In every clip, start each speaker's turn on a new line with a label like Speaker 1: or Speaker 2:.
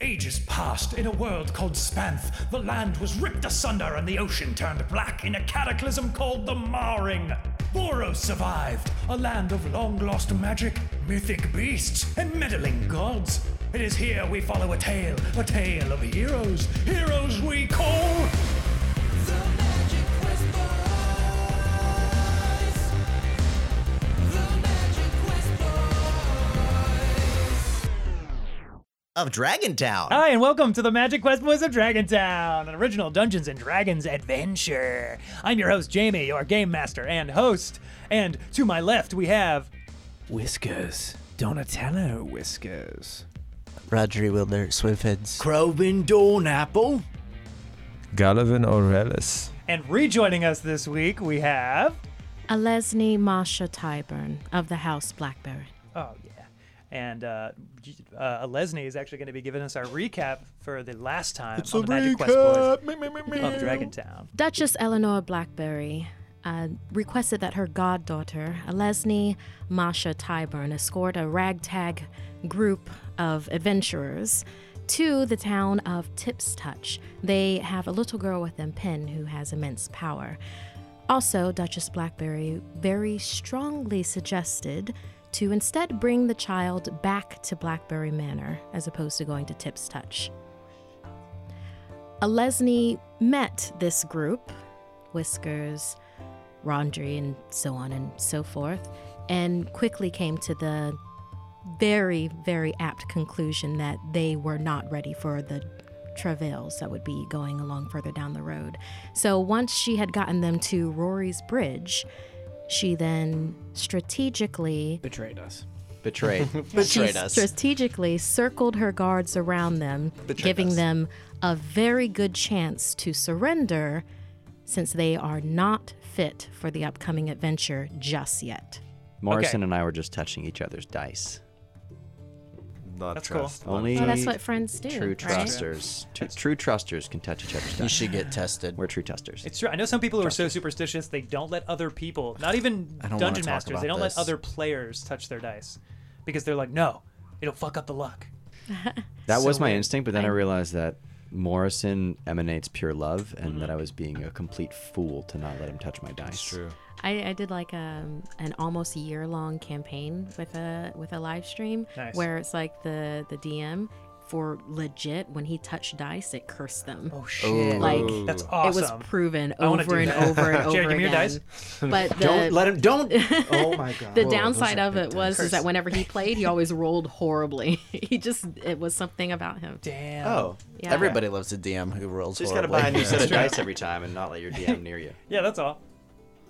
Speaker 1: Ages passed in a world called Spanth. The land was ripped asunder and the ocean turned black in a cataclysm called the Marring. Boros survived, a land of long lost magic, mythic beasts, and meddling gods. It is here we follow a tale, a tale of heroes, heroes we call.
Speaker 2: of Dragontown.
Speaker 3: Hi, and welcome to the Magic Quest Boys of Dragontown, an original Dungeons and Dragons adventure. I'm your host, Jamie, your game master and host. And to my left, we have Whiskers. Donatello Whiskers.
Speaker 4: Rodri Wilner, Swimfins.
Speaker 5: Crowbin Dornapple.
Speaker 6: Galavan Aurelis.
Speaker 3: And rejoining us this week, we have.
Speaker 7: Alesni Masha Tyburn of the House Blackberry.
Speaker 3: Oh, yeah. And uh, G- uh, Lesney is actually going to be giving us our recap for the last time on the Magic Quest Boys of Dragontown.
Speaker 7: Duchess Eleanor Blackberry uh, requested that her goddaughter, Alesni Masha Tyburn, escort a ragtag group of adventurers to the town of Tips Touch. They have a little girl with them, Pen, who has immense power. Also, Duchess Blackberry very strongly suggested to instead bring the child back to Blackberry Manor as opposed to going to Tips Touch. Alesni met this group, Whiskers, Rondry, and so on and so forth, and quickly came to the very, very apt conclusion that they were not ready for the travails that would be going along further down the road. So once she had gotten them to Rory's Bridge, she then strategically
Speaker 5: Betrayed us.
Speaker 2: Betrayed.
Speaker 7: she
Speaker 2: Betrayed us.
Speaker 7: strategically circled her guards around them, giving them a very good chance to surrender since they are not fit for the upcoming adventure just yet.
Speaker 2: Morrison and I were just touching each other's dice.
Speaker 6: Not
Speaker 3: That's cool.
Speaker 6: trust.
Speaker 2: Only
Speaker 7: Well, that's what friends do.
Speaker 2: true
Speaker 7: right?
Speaker 2: trusters, tu- true trusters can touch each other's
Speaker 4: You
Speaker 2: dice.
Speaker 4: should get tested.
Speaker 2: We're true trusters.
Speaker 3: It's true. I know some people who are so superstitious they don't let other people, not even
Speaker 4: I don't wanna
Speaker 3: dungeon
Speaker 4: talk
Speaker 3: masters,
Speaker 4: about
Speaker 3: they don't
Speaker 4: this.
Speaker 3: let other players touch their dice because they're like, no, it'll fuck up the luck.
Speaker 2: that was
Speaker 3: so
Speaker 2: my
Speaker 3: weird.
Speaker 2: instinct, but then I realized that Morrison emanates pure love, and
Speaker 3: Mm-hmm.
Speaker 2: that I was being a complete fool to not let him touch my dice.
Speaker 6: True.
Speaker 7: I, I did like um, an almost year long campaign with a with a live stream
Speaker 3: Nice.
Speaker 7: where it's like the the DM for legit when he touched dice it cursed them.
Speaker 3: Oh shit!
Speaker 7: Like,
Speaker 3: that's
Speaker 7: It
Speaker 3: awesome.
Speaker 7: was proven
Speaker 3: I wanna
Speaker 7: over
Speaker 3: do
Speaker 7: and
Speaker 3: that.
Speaker 7: over and over
Speaker 3: Jared, give me your
Speaker 7: again.
Speaker 3: dice.
Speaker 7: But the,
Speaker 2: Don't let him. Don't.
Speaker 5: Oh my god.
Speaker 7: the downside of it was is that whenever he played, he always rolled horribly. he just it was something about him.
Speaker 3: Damn.
Speaker 4: oh,
Speaker 7: Yeah.
Speaker 4: everybody loves a DM who rolls
Speaker 2: Just gotta
Speaker 4: horribly.
Speaker 2: buy a new set of dice every time, and not let your DM near you.
Speaker 3: Yeah, that's all.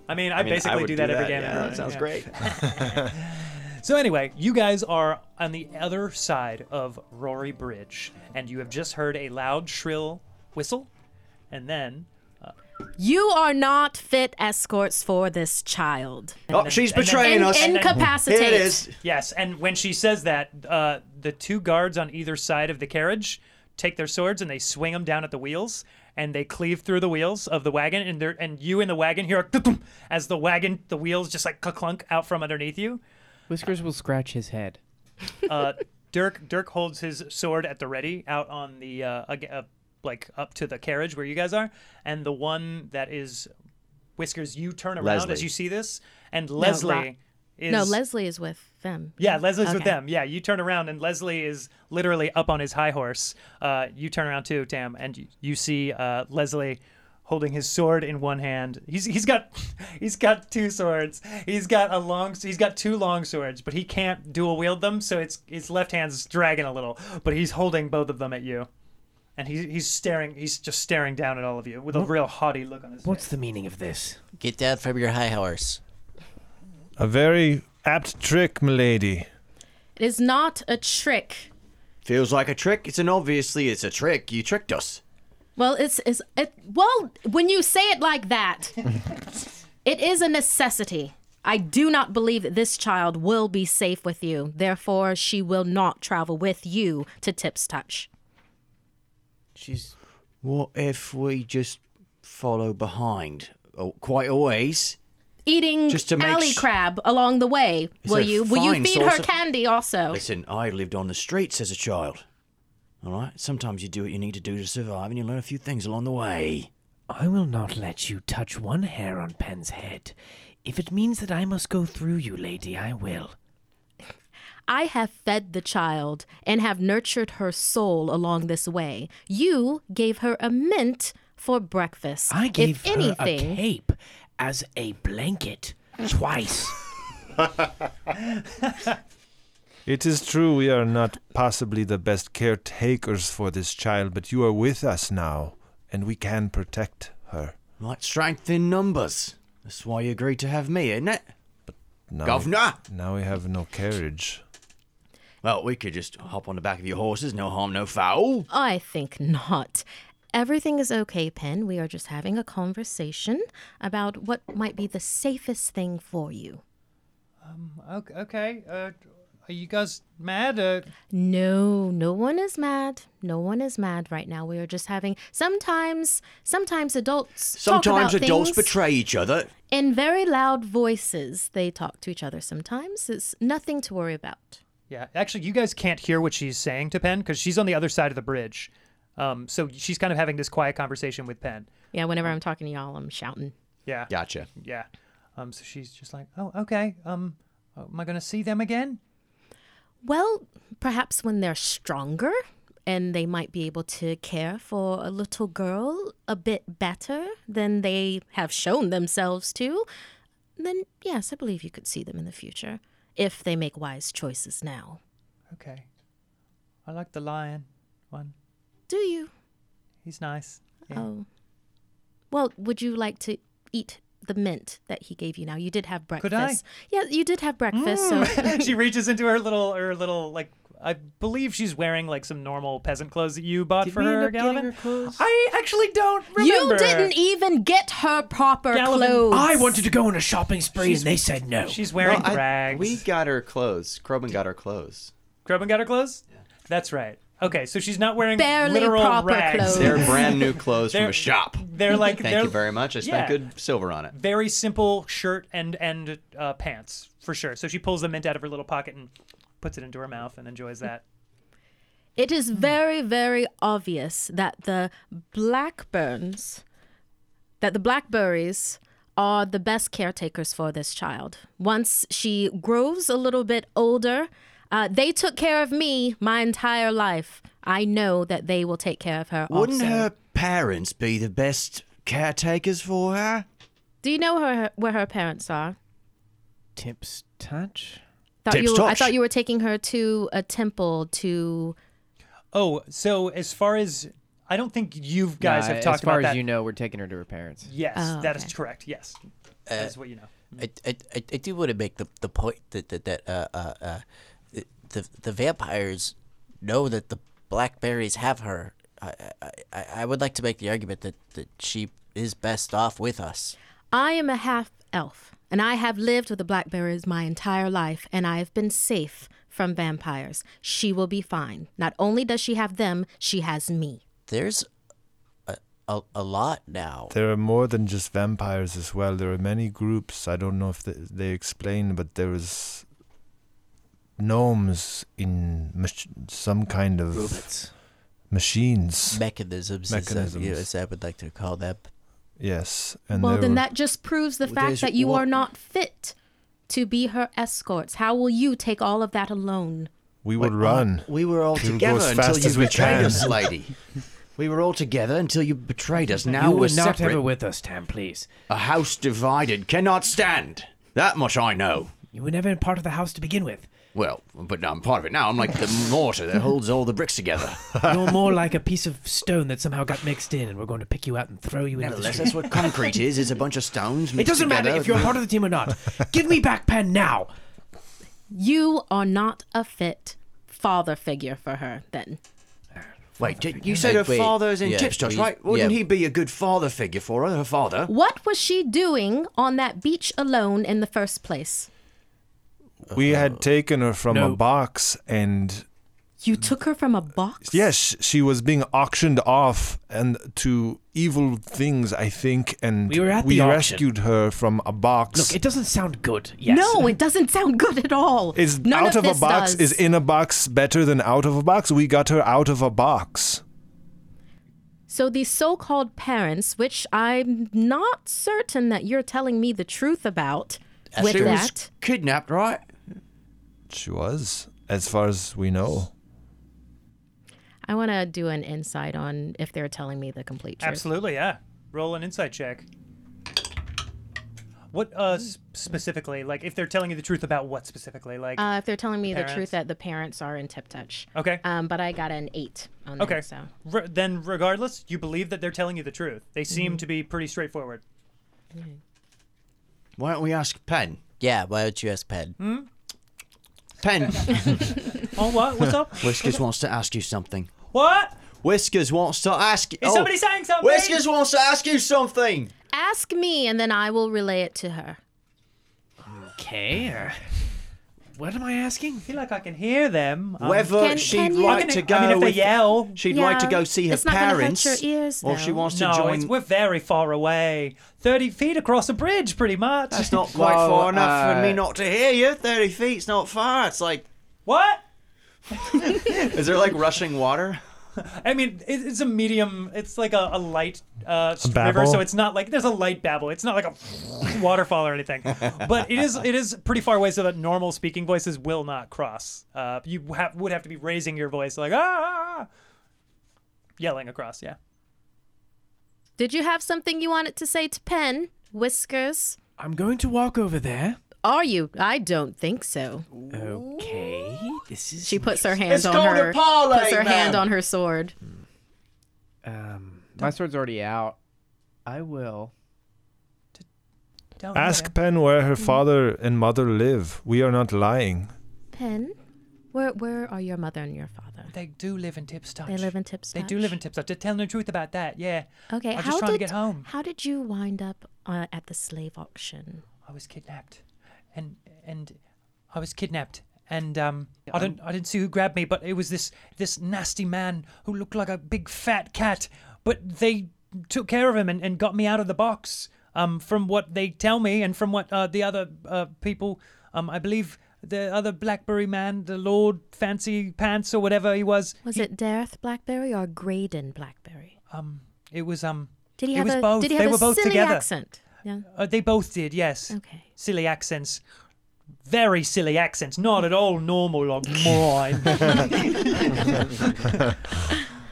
Speaker 3: I mean, I,
Speaker 2: I mean, I
Speaker 3: basically
Speaker 2: would
Speaker 3: do that, every game.
Speaker 2: Yeah,
Speaker 3: I run,
Speaker 2: that sounds
Speaker 3: yeah.
Speaker 2: great.
Speaker 3: So anyway, you guys are on the other side of Rory Bridge, and you have just heard a loud, shrill whistle, and then
Speaker 7: You are not fit escorts for this child.
Speaker 2: Oh, she's
Speaker 3: and then-
Speaker 2: betraying
Speaker 7: In-
Speaker 2: us.
Speaker 3: and-
Speaker 7: incapacitate.
Speaker 2: Here it is.
Speaker 3: yes, and when she says that, uh, the two guards on either side of the carriage take their swords and they swing them down at the wheels, and they cleave through the wheels of the wagon, and they're, and you in the wagon hear a tuk-tum as the wagon, the wheels just like clunk out from underneath you.
Speaker 8: Whiskers will scratch his head.
Speaker 3: uh, Dirk Dirk holds his sword at the ready out on the uh, ag- uh, like up to the carriage where you guys are, and the one that is Whiskers, you turn around as
Speaker 2: Leslie.
Speaker 3: you see this, and Leslie
Speaker 7: Ro-
Speaker 3: is
Speaker 7: No, Leslie is with them.
Speaker 3: Yeah, Leslie's with
Speaker 7: Okay.
Speaker 3: them. Yeah, you turn around and Leslie is literally up on his high horse. Uh, you turn around too, Tam, and you, you see uh, Leslie holding his sword in one hand. He's he's got he's got two swords. He's got a long he's got two long swords, but he can't dual wield them, so it's his left hand's dragging a little, but he's holding both of them at you. And he, he's staring he's just staring down at all of you with a real haughty look on his face.
Speaker 8: What's the meaning of this?
Speaker 4: Get down from your high horse.
Speaker 6: A very apt trick, milady.
Speaker 7: It is not a trick.
Speaker 2: Feels like a trick. It's an obviously it's a trick. You tricked us.
Speaker 7: Well, it's it's it. Well, when you say it like that, it is a necessity. I do not believe that this child will be safe with you. Therefore, she will not travel with you to Tips Touch.
Speaker 8: She's
Speaker 2: What if we just follow behind? Oh, quite always.
Speaker 7: Eating
Speaker 2: Just to make
Speaker 7: alley
Speaker 2: sh-
Speaker 7: crab along the way.
Speaker 2: It's
Speaker 7: will
Speaker 2: a
Speaker 7: you? Will you
Speaker 2: fine
Speaker 7: feed
Speaker 2: source
Speaker 7: her
Speaker 2: of-
Speaker 7: candy also?
Speaker 2: Listen, I lived on the streets as a child. All right? Sometimes you do what you need to do to survive and you learn a few things along the way.
Speaker 1: I will not let you touch one hair on Pen's head. If it means that I must go through you, lady, I will.
Speaker 7: I have fed the child and have nurtured her soul along this way. You gave her a mint for breakfast.
Speaker 1: I gave
Speaker 7: if anything,
Speaker 1: her a cape as a blanket twice.
Speaker 6: It is true we are not possibly the best caretakers for this child, but you are with us now, and we can protect her.
Speaker 2: Right? Strength in numbers. That's why you agreed to have me, isn't it?
Speaker 7: Oh.
Speaker 6: Now,
Speaker 2: Governor!
Speaker 6: Now we have no carriage.
Speaker 2: Well, we could just hop on the back of your horses, no harm, no foul.
Speaker 7: I think not. Everything is okay, Pen. We are just having a conversation about what might be the safest thing for you.
Speaker 3: Okay. okay. Uh, are you guys mad? Uh,
Speaker 7: No, no one is mad. No one is mad right now. We are just having sometimes sometimes adults talk
Speaker 2: Sometimes
Speaker 7: about
Speaker 2: adults
Speaker 7: things
Speaker 2: betray each other.
Speaker 7: in very loud voices. They talk to each other sometimes. It's nothing to worry about.
Speaker 3: yeah. Actually, you guys can't hear what she's saying to Penn because she's on the other side of the bridge. Um, so she's kind of having this quiet conversation with Penn.
Speaker 7: Yeah, whenever I'm talking to y'all, I'm shouting.
Speaker 3: Yeah.
Speaker 2: Gotcha.
Speaker 3: Yeah. Um, so she's just like, oh, okay. Um, am I gonna see them again?
Speaker 7: Well, perhaps when they're stronger and they might be able to care for a little girl a bit better than they have shown themselves to, then yes, I believe you could see them in the future if they make wise choices now.
Speaker 3: Okay. I like the lion one.
Speaker 7: Do you?
Speaker 3: He's nice. Yeah.
Speaker 7: Oh. Well, would you like to eat the mint that he gave you now? You did have breakfast.
Speaker 3: Could I? Mm,
Speaker 7: Yeah, you did have breakfast, so
Speaker 3: she reaches into her little her little like I believe she's wearing like some normal peasant clothes that you bought for her, Gallivan. I actually don't remember.
Speaker 7: You didn't e- even get her proper
Speaker 3: Gallivan,
Speaker 7: clothes.
Speaker 1: I wanted to go on a shopping spree
Speaker 9: She's-
Speaker 1: and they said no.
Speaker 3: She's wearing
Speaker 9: Well, I-
Speaker 3: rags.
Speaker 9: we got her clothes. Crobin got her clothes.
Speaker 3: Grub and got her clothes. That's right. Okay, so she's not wearing
Speaker 7: Barely
Speaker 3: literal
Speaker 7: proper
Speaker 3: rags.
Speaker 7: clothes.
Speaker 9: They're brand new clothes from
Speaker 3: They're-
Speaker 9: a shop.
Speaker 3: They're like
Speaker 9: Thank
Speaker 3: they're
Speaker 9: you very much. I spent
Speaker 3: yeah.
Speaker 9: good silver on it.
Speaker 3: very simple shirt and and uh, pants for sure. So she pulls the mint out of her little pocket and puts it into her mouth and enjoys that.
Speaker 7: It is very, very obvious that the Blackburns, that the Blackberries are the best caretakers for this child. Once she grows a little bit older, uh, they took care of me my entire life. I know that they will take care of her.
Speaker 2: Wouldn't
Speaker 7: also.
Speaker 2: her parents be the best caretakers for her?
Speaker 7: Do you know her, where her parents are?
Speaker 8: Tips touch.
Speaker 7: Thought you,
Speaker 2: Tips
Speaker 7: I
Speaker 2: touch.
Speaker 7: thought you were taking her to a temple to.
Speaker 3: Oh, so as far as I don't think you guys
Speaker 8: Nah,
Speaker 3: have talked
Speaker 8: as far
Speaker 3: about
Speaker 8: as
Speaker 3: that.
Speaker 8: you know, we're taking her to her parents.
Speaker 3: Yes,
Speaker 7: Oh,
Speaker 3: that is
Speaker 7: okay.
Speaker 3: correct. Yes,
Speaker 4: Uh,
Speaker 3: that's what you know.
Speaker 4: I, I, I I do want to make the, the point that that, that uh, uh, uh, the- the the vampires know that the blackberries have her. I, I, I- I would like to make the argument that, that she is best off with us.
Speaker 7: I am a half elf, and I have lived with the Blackberries my entire life, and I have been safe from vampires. She will be fine. Not only does she have them, she has me.
Speaker 4: There's a, a, a lot now.
Speaker 6: There are more than just vampires as well. There are many groups. I don't know if they, they explain, but there is gnomes in mach- some kind of
Speaker 4: Robots.
Speaker 6: machines.
Speaker 4: Mechanisms, Mechanisms. As,
Speaker 6: Mechanisms.
Speaker 4: I, as I would like to call them.
Speaker 6: yes, and
Speaker 7: well,
Speaker 6: there
Speaker 7: then
Speaker 6: were-
Speaker 7: that just proves the
Speaker 2: Well,
Speaker 7: fact
Speaker 2: there's
Speaker 7: that you
Speaker 2: one-
Speaker 7: are not fit to be her escorts. How will you take all of that alone?
Speaker 6: we would
Speaker 2: Wait,
Speaker 6: run.
Speaker 2: uh, we were all
Speaker 6: We will go
Speaker 2: together
Speaker 6: as
Speaker 2: until
Speaker 6: fast
Speaker 2: you
Speaker 6: as we
Speaker 2: betrayed
Speaker 6: can.
Speaker 2: us, lady. We were all together until you betrayed us. Now
Speaker 1: you
Speaker 2: we're
Speaker 1: will not
Speaker 2: separate.
Speaker 1: have her with us, Tam, please.
Speaker 2: A house divided cannot stand. That much I know.
Speaker 1: You were never part of the house to begin with.
Speaker 2: Well, but now I'm part of it now. I'm like the mortar that holds all the bricks together.
Speaker 1: You're more like a piece of stone that somehow got mixed in, and we're going to pick you out and throw you into the
Speaker 2: Nevertheless,
Speaker 1: street.
Speaker 2: that's what concrete is. It's a bunch of stones
Speaker 1: It
Speaker 2: mixed
Speaker 1: doesn't matter
Speaker 2: together.
Speaker 1: if you're part of the team or not. Give me back Pen now.
Speaker 7: You are not a fit father figure for her, then.
Speaker 2: Wait, did- you said her
Speaker 4: Wait,
Speaker 2: father is in
Speaker 4: yeah,
Speaker 2: Tipstock,
Speaker 4: we-
Speaker 2: right? Wouldn't
Speaker 4: yeah.
Speaker 2: he be a good father figure for her, her father?
Speaker 7: What was she doing on that beach alone in the first place? Oh.
Speaker 6: We had taken her from a
Speaker 1: No.
Speaker 6: box and
Speaker 7: You took her from a box?
Speaker 6: Yes, she was being auctioned off and to evil things, I think, and
Speaker 3: We were at the auction.
Speaker 6: rescued her from a box.
Speaker 3: Look, it doesn't sound good. Yes.
Speaker 7: No, it doesn't sound good at all.
Speaker 6: is
Speaker 7: None
Speaker 6: out of, a
Speaker 7: this
Speaker 6: box
Speaker 7: does.
Speaker 6: is in a box better than out of a box? We got her out of a box.
Speaker 7: So these so-called parents, which I'm not certain that you're telling me the truth about with
Speaker 2: she
Speaker 7: that.
Speaker 2: was kidnapped, right?
Speaker 6: She was, as far as we know.
Speaker 7: I want to do an insight on if they're telling me the complete truth.
Speaker 1: Absolutely, yeah. Roll an insight check. What uh s- specifically? Like, if they're telling you the truth about what specifically? Like,
Speaker 7: Uh, if they're telling me
Speaker 1: parents?
Speaker 7: the truth that the parents are in tip touch.
Speaker 1: Okay.
Speaker 7: Um, but I got an eight on that.
Speaker 1: okay.
Speaker 7: So
Speaker 1: Re- then, regardless, you believe that they're telling you the truth. They
Speaker 7: Mm-hmm.
Speaker 1: seem to be pretty straightforward.
Speaker 2: Why don't we ask Pen?
Speaker 4: Yeah, why don't you ask Pen?
Speaker 2: Pen,
Speaker 1: Oh, what? What's up?
Speaker 2: Whiskers wants to ask you something.
Speaker 1: What?
Speaker 2: Whiskers wants to ask you.
Speaker 1: Is somebody saying something?
Speaker 2: Whiskers wants to ask you something.
Speaker 7: ask me, and then I will relay it to her.
Speaker 3: Okay. uh, What am I asking?
Speaker 1: I feel like I can hear them. Um,
Speaker 2: Whether
Speaker 7: Can-
Speaker 2: she'd
Speaker 7: can you-
Speaker 2: like
Speaker 1: I mean,
Speaker 2: to
Speaker 1: if-
Speaker 2: go
Speaker 1: I mean, if they
Speaker 2: with-
Speaker 1: yell.
Speaker 2: she'd like to
Speaker 7: Yeah,
Speaker 2: go see her
Speaker 7: it's not gonna hurt
Speaker 2: parents,
Speaker 7: your ears,
Speaker 2: or she
Speaker 7: though.
Speaker 2: wants to
Speaker 1: no,
Speaker 2: join.
Speaker 1: it's, we're very far away. Thirty feet across a bridge, pretty much.
Speaker 2: That's not quite
Speaker 8: Well,
Speaker 2: far enough for me
Speaker 8: uh,
Speaker 2: not to hear you. Thirty feet's not far. It's like,
Speaker 1: what?
Speaker 2: is there like rushing water?
Speaker 1: I mean, it, it's a medium. It's like a, a light uh, river,
Speaker 6: babble?
Speaker 1: so it's not like there's a light babble. It's not like a waterfall or anything, but it is it is pretty far away, so that normal speaking voices will not cross. Uh, you have, would have to be raising your voice, like ah, yelling across. Yeah.
Speaker 7: Did you have something you wanted to say to Pen Whiskers?
Speaker 3: I'm going to walk over there.
Speaker 7: Are you? I don't think so.
Speaker 3: Okay. This is.
Speaker 7: She puts her hand
Speaker 2: It's
Speaker 7: on
Speaker 2: called a
Speaker 7: her
Speaker 2: parlay,
Speaker 7: puts her hand
Speaker 2: ma'am.
Speaker 7: on her sword.
Speaker 3: Um.
Speaker 8: My sword's already out. I will.
Speaker 7: Oh,
Speaker 1: Down
Speaker 6: Ask
Speaker 1: there.
Speaker 6: Pen where
Speaker 7: Hmm.
Speaker 6: her father and mother live. We are not lying.
Speaker 7: Pen, where where are your mother and your father?
Speaker 1: They do live in Tipstone.
Speaker 7: They live in Tipstone.
Speaker 1: They do live in Tipstone. They're telling the truth about that. Yeah.
Speaker 7: Okay,
Speaker 1: I'm
Speaker 7: how
Speaker 1: just trying
Speaker 7: did
Speaker 1: to get home.
Speaker 7: how did you wind up uh, at the slave auction?
Speaker 1: I was kidnapped, and and I was kidnapped, and um, I don't I didn't see who grabbed me, but it was this this nasty man who looked like a big fat cat. But they took care of him and, and got me out of the box. Um, from what they tell me, and from what uh, the other uh, people, um, I believe the other Blackberry man, the Lord Fancy Pants or whatever he was,
Speaker 7: Was it Dareth Blackberry or Graydon Blackberry?
Speaker 1: um, it was um,
Speaker 7: Did he
Speaker 1: It
Speaker 7: have
Speaker 1: was
Speaker 7: a
Speaker 1: both.
Speaker 7: did he
Speaker 1: They
Speaker 7: have a
Speaker 1: were both
Speaker 7: silly
Speaker 1: together.
Speaker 7: accent? Yeah.
Speaker 1: uh, they both did, yes.
Speaker 7: Okay.
Speaker 1: silly accents. Very silly accents, not at all normal like mine.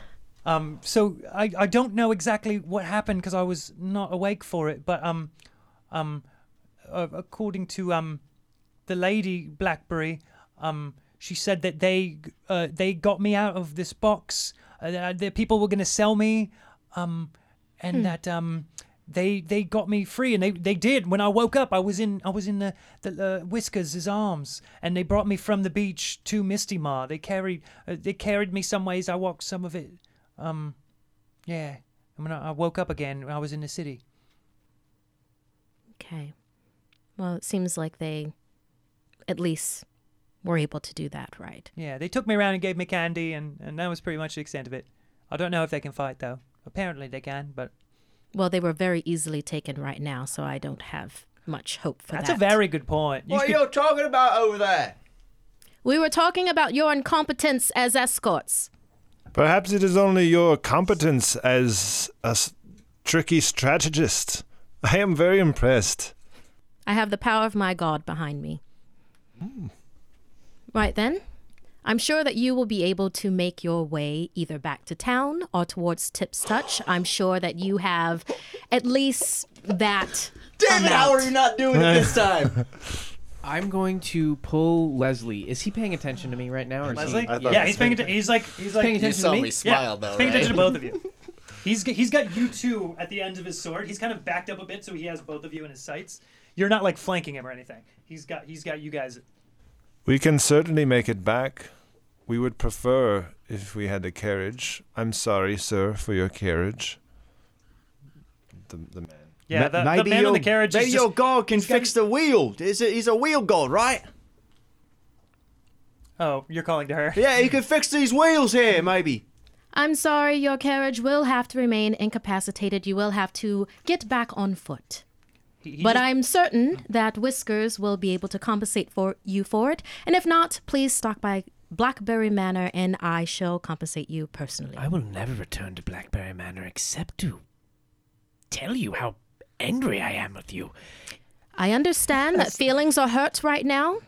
Speaker 1: um, so I, I don't know exactly what happened because I was not awake for it, but um, um, uh, according to um, the lady Blackberry, um, she said that they uh, they got me out of this box. Uh, that that people were going to sell me, um, and that um, they they got me free, and they, they did. When I woke up, I was in I was in the the uh, Whiskers' arms, and they brought me from the beach to Misty Mar. They carried uh, they carried me some ways. I walked some of it. Um, yeah. I mean, I I woke up again. I was in the city.
Speaker 7: Okay. Well, it seems like they at least were able to do that right.
Speaker 1: Yeah, they took me around and gave me candy, and, and that was pretty much the extent of it. I don't know if they can fight, though. Apparently they can, but
Speaker 7: Well, they were very easily taken right now, so I don't have much hope for
Speaker 1: that's
Speaker 7: that.
Speaker 1: a very good point. You
Speaker 2: What are
Speaker 1: could-
Speaker 2: you talking about over there?
Speaker 7: We were talking about your incompetence as escorts.
Speaker 6: Perhaps it is only your competence as a s- tricky strategist. I am very impressed.
Speaker 7: I have the power of my God behind me.
Speaker 2: Hmm.
Speaker 7: Right then, I'm sure that you will be able to make your way either back to town or towards Tips Touch. I'm sure that you have at least that.
Speaker 2: Damn it! How
Speaker 7: amount.
Speaker 2: are you not doing it this time?
Speaker 8: I'm going to pull Leslie. Is he paying attention to me right now? Or is he-
Speaker 1: Leslie? Yeah, he's paying attention. He's like, he's like,
Speaker 8: Paying attention to
Speaker 2: saw
Speaker 8: me?
Speaker 2: me smile,
Speaker 1: yeah,
Speaker 2: though,
Speaker 1: he's paying
Speaker 2: right?
Speaker 1: attention to both of you. He's g- he's got you two at the end of his sword. He's kind of backed up a bit, so he has both of you in his sights. You're not like flanking him or anything. He's got he's got you guys.
Speaker 6: We can certainly make it back. We would prefer if we had a carriage. I'm sorry, sir, for your carriage. The, the man.
Speaker 1: Yeah,
Speaker 2: Ma-
Speaker 1: the, the man in
Speaker 2: your-
Speaker 1: the carriage
Speaker 2: Maybe
Speaker 1: is
Speaker 2: your
Speaker 1: just,
Speaker 2: god can
Speaker 1: he's got-
Speaker 2: fix the wheel. Is it, he's a wheel god, right?
Speaker 3: Oh, you're calling to her.
Speaker 10: Yeah, you can fix these wheels here, maybe.
Speaker 7: I'm sorry, your carriage will have to remain incapacitated. You will have to get back on foot. but
Speaker 3: just-
Speaker 7: I'm certain that Whiskers will be able to compensate for you for it. And if not, please stop by Blackberry Manor and I shall compensate you personally.
Speaker 11: I will never return to Blackberry Manor except to tell you how angry I am with you.
Speaker 7: I understand that feelings are hurt right now.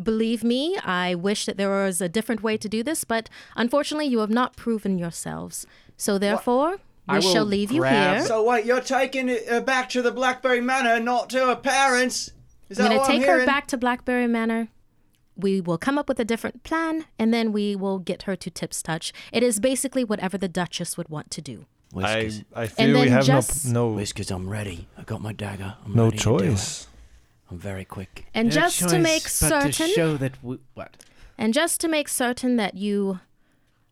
Speaker 7: Believe me, I wish that there was a different way to do this, but unfortunately, you have not proven yourselves. So, therefore, we shall leave you here.
Speaker 10: So wait, you're taking her back to the Blackberry Manor, not to her parents. Is that
Speaker 7: I'm going
Speaker 10: what
Speaker 7: to take
Speaker 10: I'm hearing?
Speaker 7: her back to Blackberry Manor. We will come up with a different plan, and then we will get her to Tip's Touch. It is basically whatever the Duchess would want to do.
Speaker 6: I, I
Speaker 7: And
Speaker 6: fear we
Speaker 7: then
Speaker 6: have no
Speaker 7: just-
Speaker 6: p- no no
Speaker 12: Whiskers, I'm ready. I got my dagger. I'm
Speaker 6: no
Speaker 12: ready to do it.
Speaker 6: choice.
Speaker 12: I'm very quick.
Speaker 7: And
Speaker 8: No
Speaker 7: just to
Speaker 8: choice
Speaker 7: make
Speaker 8: but
Speaker 7: certain,
Speaker 8: to show that we, what
Speaker 7: and just to make certain that you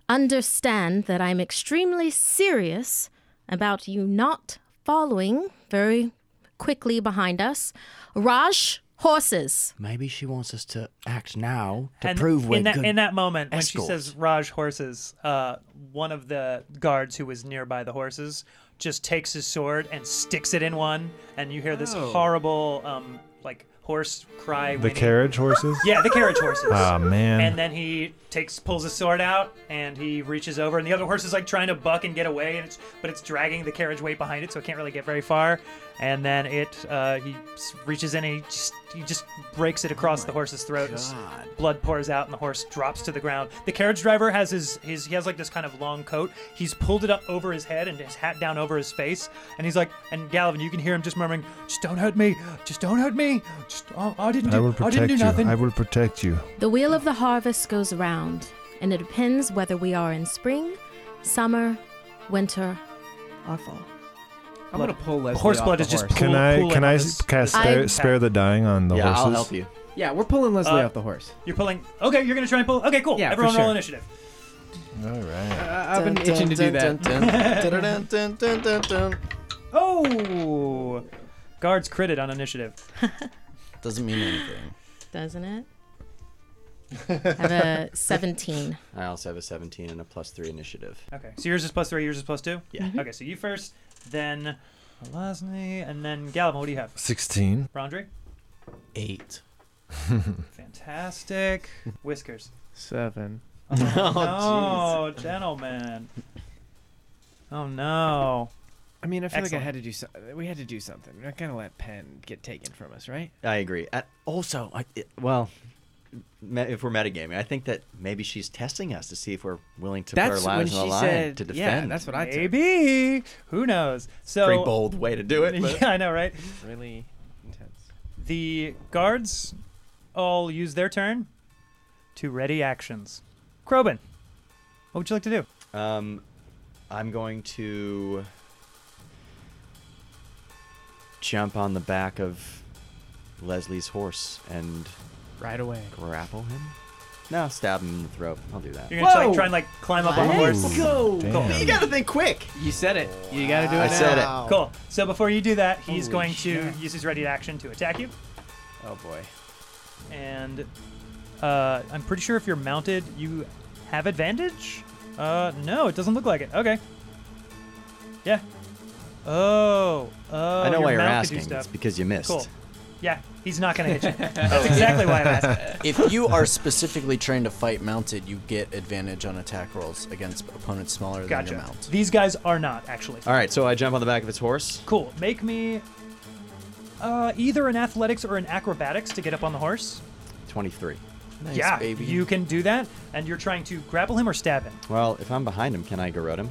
Speaker 7: understand that I'm extremely serious about you not following very quickly behind us, Raj horses.
Speaker 12: Maybe she wants us to act now to
Speaker 3: And
Speaker 12: prove we're
Speaker 3: in that,
Speaker 12: good.
Speaker 3: in that moment
Speaker 12: escorts.
Speaker 3: when she says Raj horses, uh, one of the guards who was nearby the horses just takes his sword and sticks it in one, and you hear this
Speaker 6: Oh.
Speaker 3: horrible um, like horse cry.
Speaker 6: The
Speaker 3: whinny.
Speaker 6: carriage horses.
Speaker 3: Yeah, the carriage horses.
Speaker 6: Ah man.
Speaker 3: And then he takes pulls his sword out and he reaches over and the other horse is like trying to buck and get away and it's but it's dragging the carriage weight behind it so it can't really get very far. And then it uh, he s- reaches in and he just he just breaks it across the horse's throat. and s- Blood pours out and the horse drops to the ground. The carriage driver has his his he has like this kind of long coat. He's pulled it up over his head and his hat down over his face and he's like and Galvin you can hear him just murmuring, "Just don't hurt me. Just don't hurt me. Just oh, I didn't do
Speaker 6: I will
Speaker 3: I didn't
Speaker 6: protect
Speaker 3: do
Speaker 6: you.
Speaker 3: nothing."
Speaker 6: I will protect you.
Speaker 7: The wheel of the harvest goes round, and it depends whether we are in spring, summer, winter, or fall.
Speaker 8: I'm gonna pull Leslie.
Speaker 3: horse
Speaker 8: off
Speaker 3: blood
Speaker 8: the
Speaker 3: is just
Speaker 8: horse.
Speaker 6: Can I can I s- cast spare,
Speaker 8: I-
Speaker 6: spare the dying on the horses?
Speaker 8: Yeah, we're pulling Leslie
Speaker 3: Uh,
Speaker 8: off the horse.
Speaker 3: You're pulling. Okay, you're gonna try and pull. Okay, cool.
Speaker 8: Yeah, for
Speaker 3: Everyone roll
Speaker 8: sure.
Speaker 3: initiative.
Speaker 6: All right.
Speaker 8: I- uh, I've been itching to do that.
Speaker 3: Oh, guards critted on initiative.
Speaker 4: Doesn't mean anything.
Speaker 7: Doesn't it? I have a 17.
Speaker 2: I also have a 17 and a plus three initiative.
Speaker 3: Okay, so yours is plus three. Yours is plus two.
Speaker 2: Yeah.
Speaker 3: Okay, so you first, then Lesney, and then Galvin. What do you have?
Speaker 6: 16.
Speaker 3: Rondry.
Speaker 4: Eight.
Speaker 3: Fantastic. Whiskers.
Speaker 8: Seven.
Speaker 3: Oh, no, gentlemen. Oh no.
Speaker 8: I mean, I feel like
Speaker 3: Excellent.
Speaker 8: I had to do something. We had to do something. We're not gonna let Penn get taken from us, right?
Speaker 2: I agree. And also, I, it- well, me- if we're metagaming, I think that maybe she's testing us to see if we're willing to put our
Speaker 8: That's when
Speaker 2: lives on the
Speaker 8: she
Speaker 2: line
Speaker 8: said-
Speaker 2: to
Speaker 8: yeah,
Speaker 2: defend.
Speaker 8: that's what I took.
Speaker 3: Maybe. Who knows? So
Speaker 2: Pretty bold way to do it. But
Speaker 3: Yeah, I know, right?
Speaker 8: Really intense.
Speaker 3: The guards all use their turn to ready actions. Krobin, what would you like to do?
Speaker 2: Um, I'm going to jump on the back of Leslie's horse and
Speaker 8: Right away.
Speaker 2: grapple him. No, stab him in the throat. I'll do that.
Speaker 3: You're gonna try,
Speaker 10: Whoa!
Speaker 3: try and like climb up on the
Speaker 10: Let's
Speaker 3: horse.
Speaker 10: go.
Speaker 6: Damn.
Speaker 10: You gotta think quick.
Speaker 8: You said it. You gotta do it.
Speaker 2: I
Speaker 8: now.
Speaker 2: said it.
Speaker 3: Cool. So before you do that, he's
Speaker 8: Holy
Speaker 3: going
Speaker 8: shit.
Speaker 3: to use his ready action to attack you,
Speaker 8: Oh boy.
Speaker 3: and uh, I'm pretty sure if you're mounted, you have advantage. Uh, no, it doesn't look like it. Okay. Yeah. Oh. Oh.
Speaker 2: I know
Speaker 3: your
Speaker 2: why you're
Speaker 3: mount can do
Speaker 2: asking. It's
Speaker 3: Stuff.
Speaker 2: because you missed.
Speaker 3: Cool. Yeah, he's not gonna hit you. That's exactly why I'm asking.
Speaker 4: If you are specifically trained to fight mounted, you get advantage on attack rolls against opponents smaller than your
Speaker 3: Gotcha.
Speaker 4: mount.
Speaker 3: These guys are not actually.
Speaker 2: All right, so I jump on the back of his horse.
Speaker 3: Cool. Make me uh, either an athletics or an acrobatics to get up on the horse.
Speaker 2: 23.
Speaker 4: Nice,
Speaker 3: yeah,
Speaker 4: baby.
Speaker 3: you can do that, and you're trying to grapple him or stab him.
Speaker 2: Well, if I'm behind him, can I garrote him?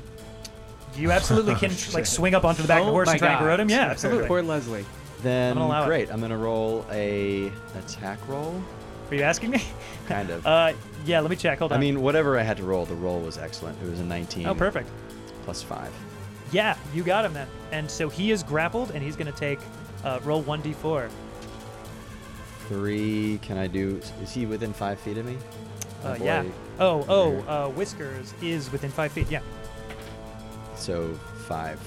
Speaker 3: You absolutely can like swing up onto the back of the
Speaker 8: Oh
Speaker 3: horse
Speaker 8: my
Speaker 3: and try
Speaker 8: God.
Speaker 3: and garrote him. Yeah, absolutely.
Speaker 8: Poor Leslie.
Speaker 2: Then
Speaker 3: gonna allow it.
Speaker 2: great. I'm gonna roll a attack roll,
Speaker 3: Are you asking me?
Speaker 2: kind of.
Speaker 3: Uh, yeah. Let me check. Hold
Speaker 2: I
Speaker 3: on.
Speaker 2: mean, whatever I had to roll, the roll was excellent. It was a 19.
Speaker 3: oh, perfect.
Speaker 2: Plus five.
Speaker 3: Yeah, you got him then. And so he is grappled, and he's gonna take uh, roll one d4.
Speaker 2: Three. Can I do? Is he within five feet of me?
Speaker 3: Uh,
Speaker 2: My boy.
Speaker 3: yeah. Oh, oh. Uh, Whiskers is within five feet. Yeah.
Speaker 2: So five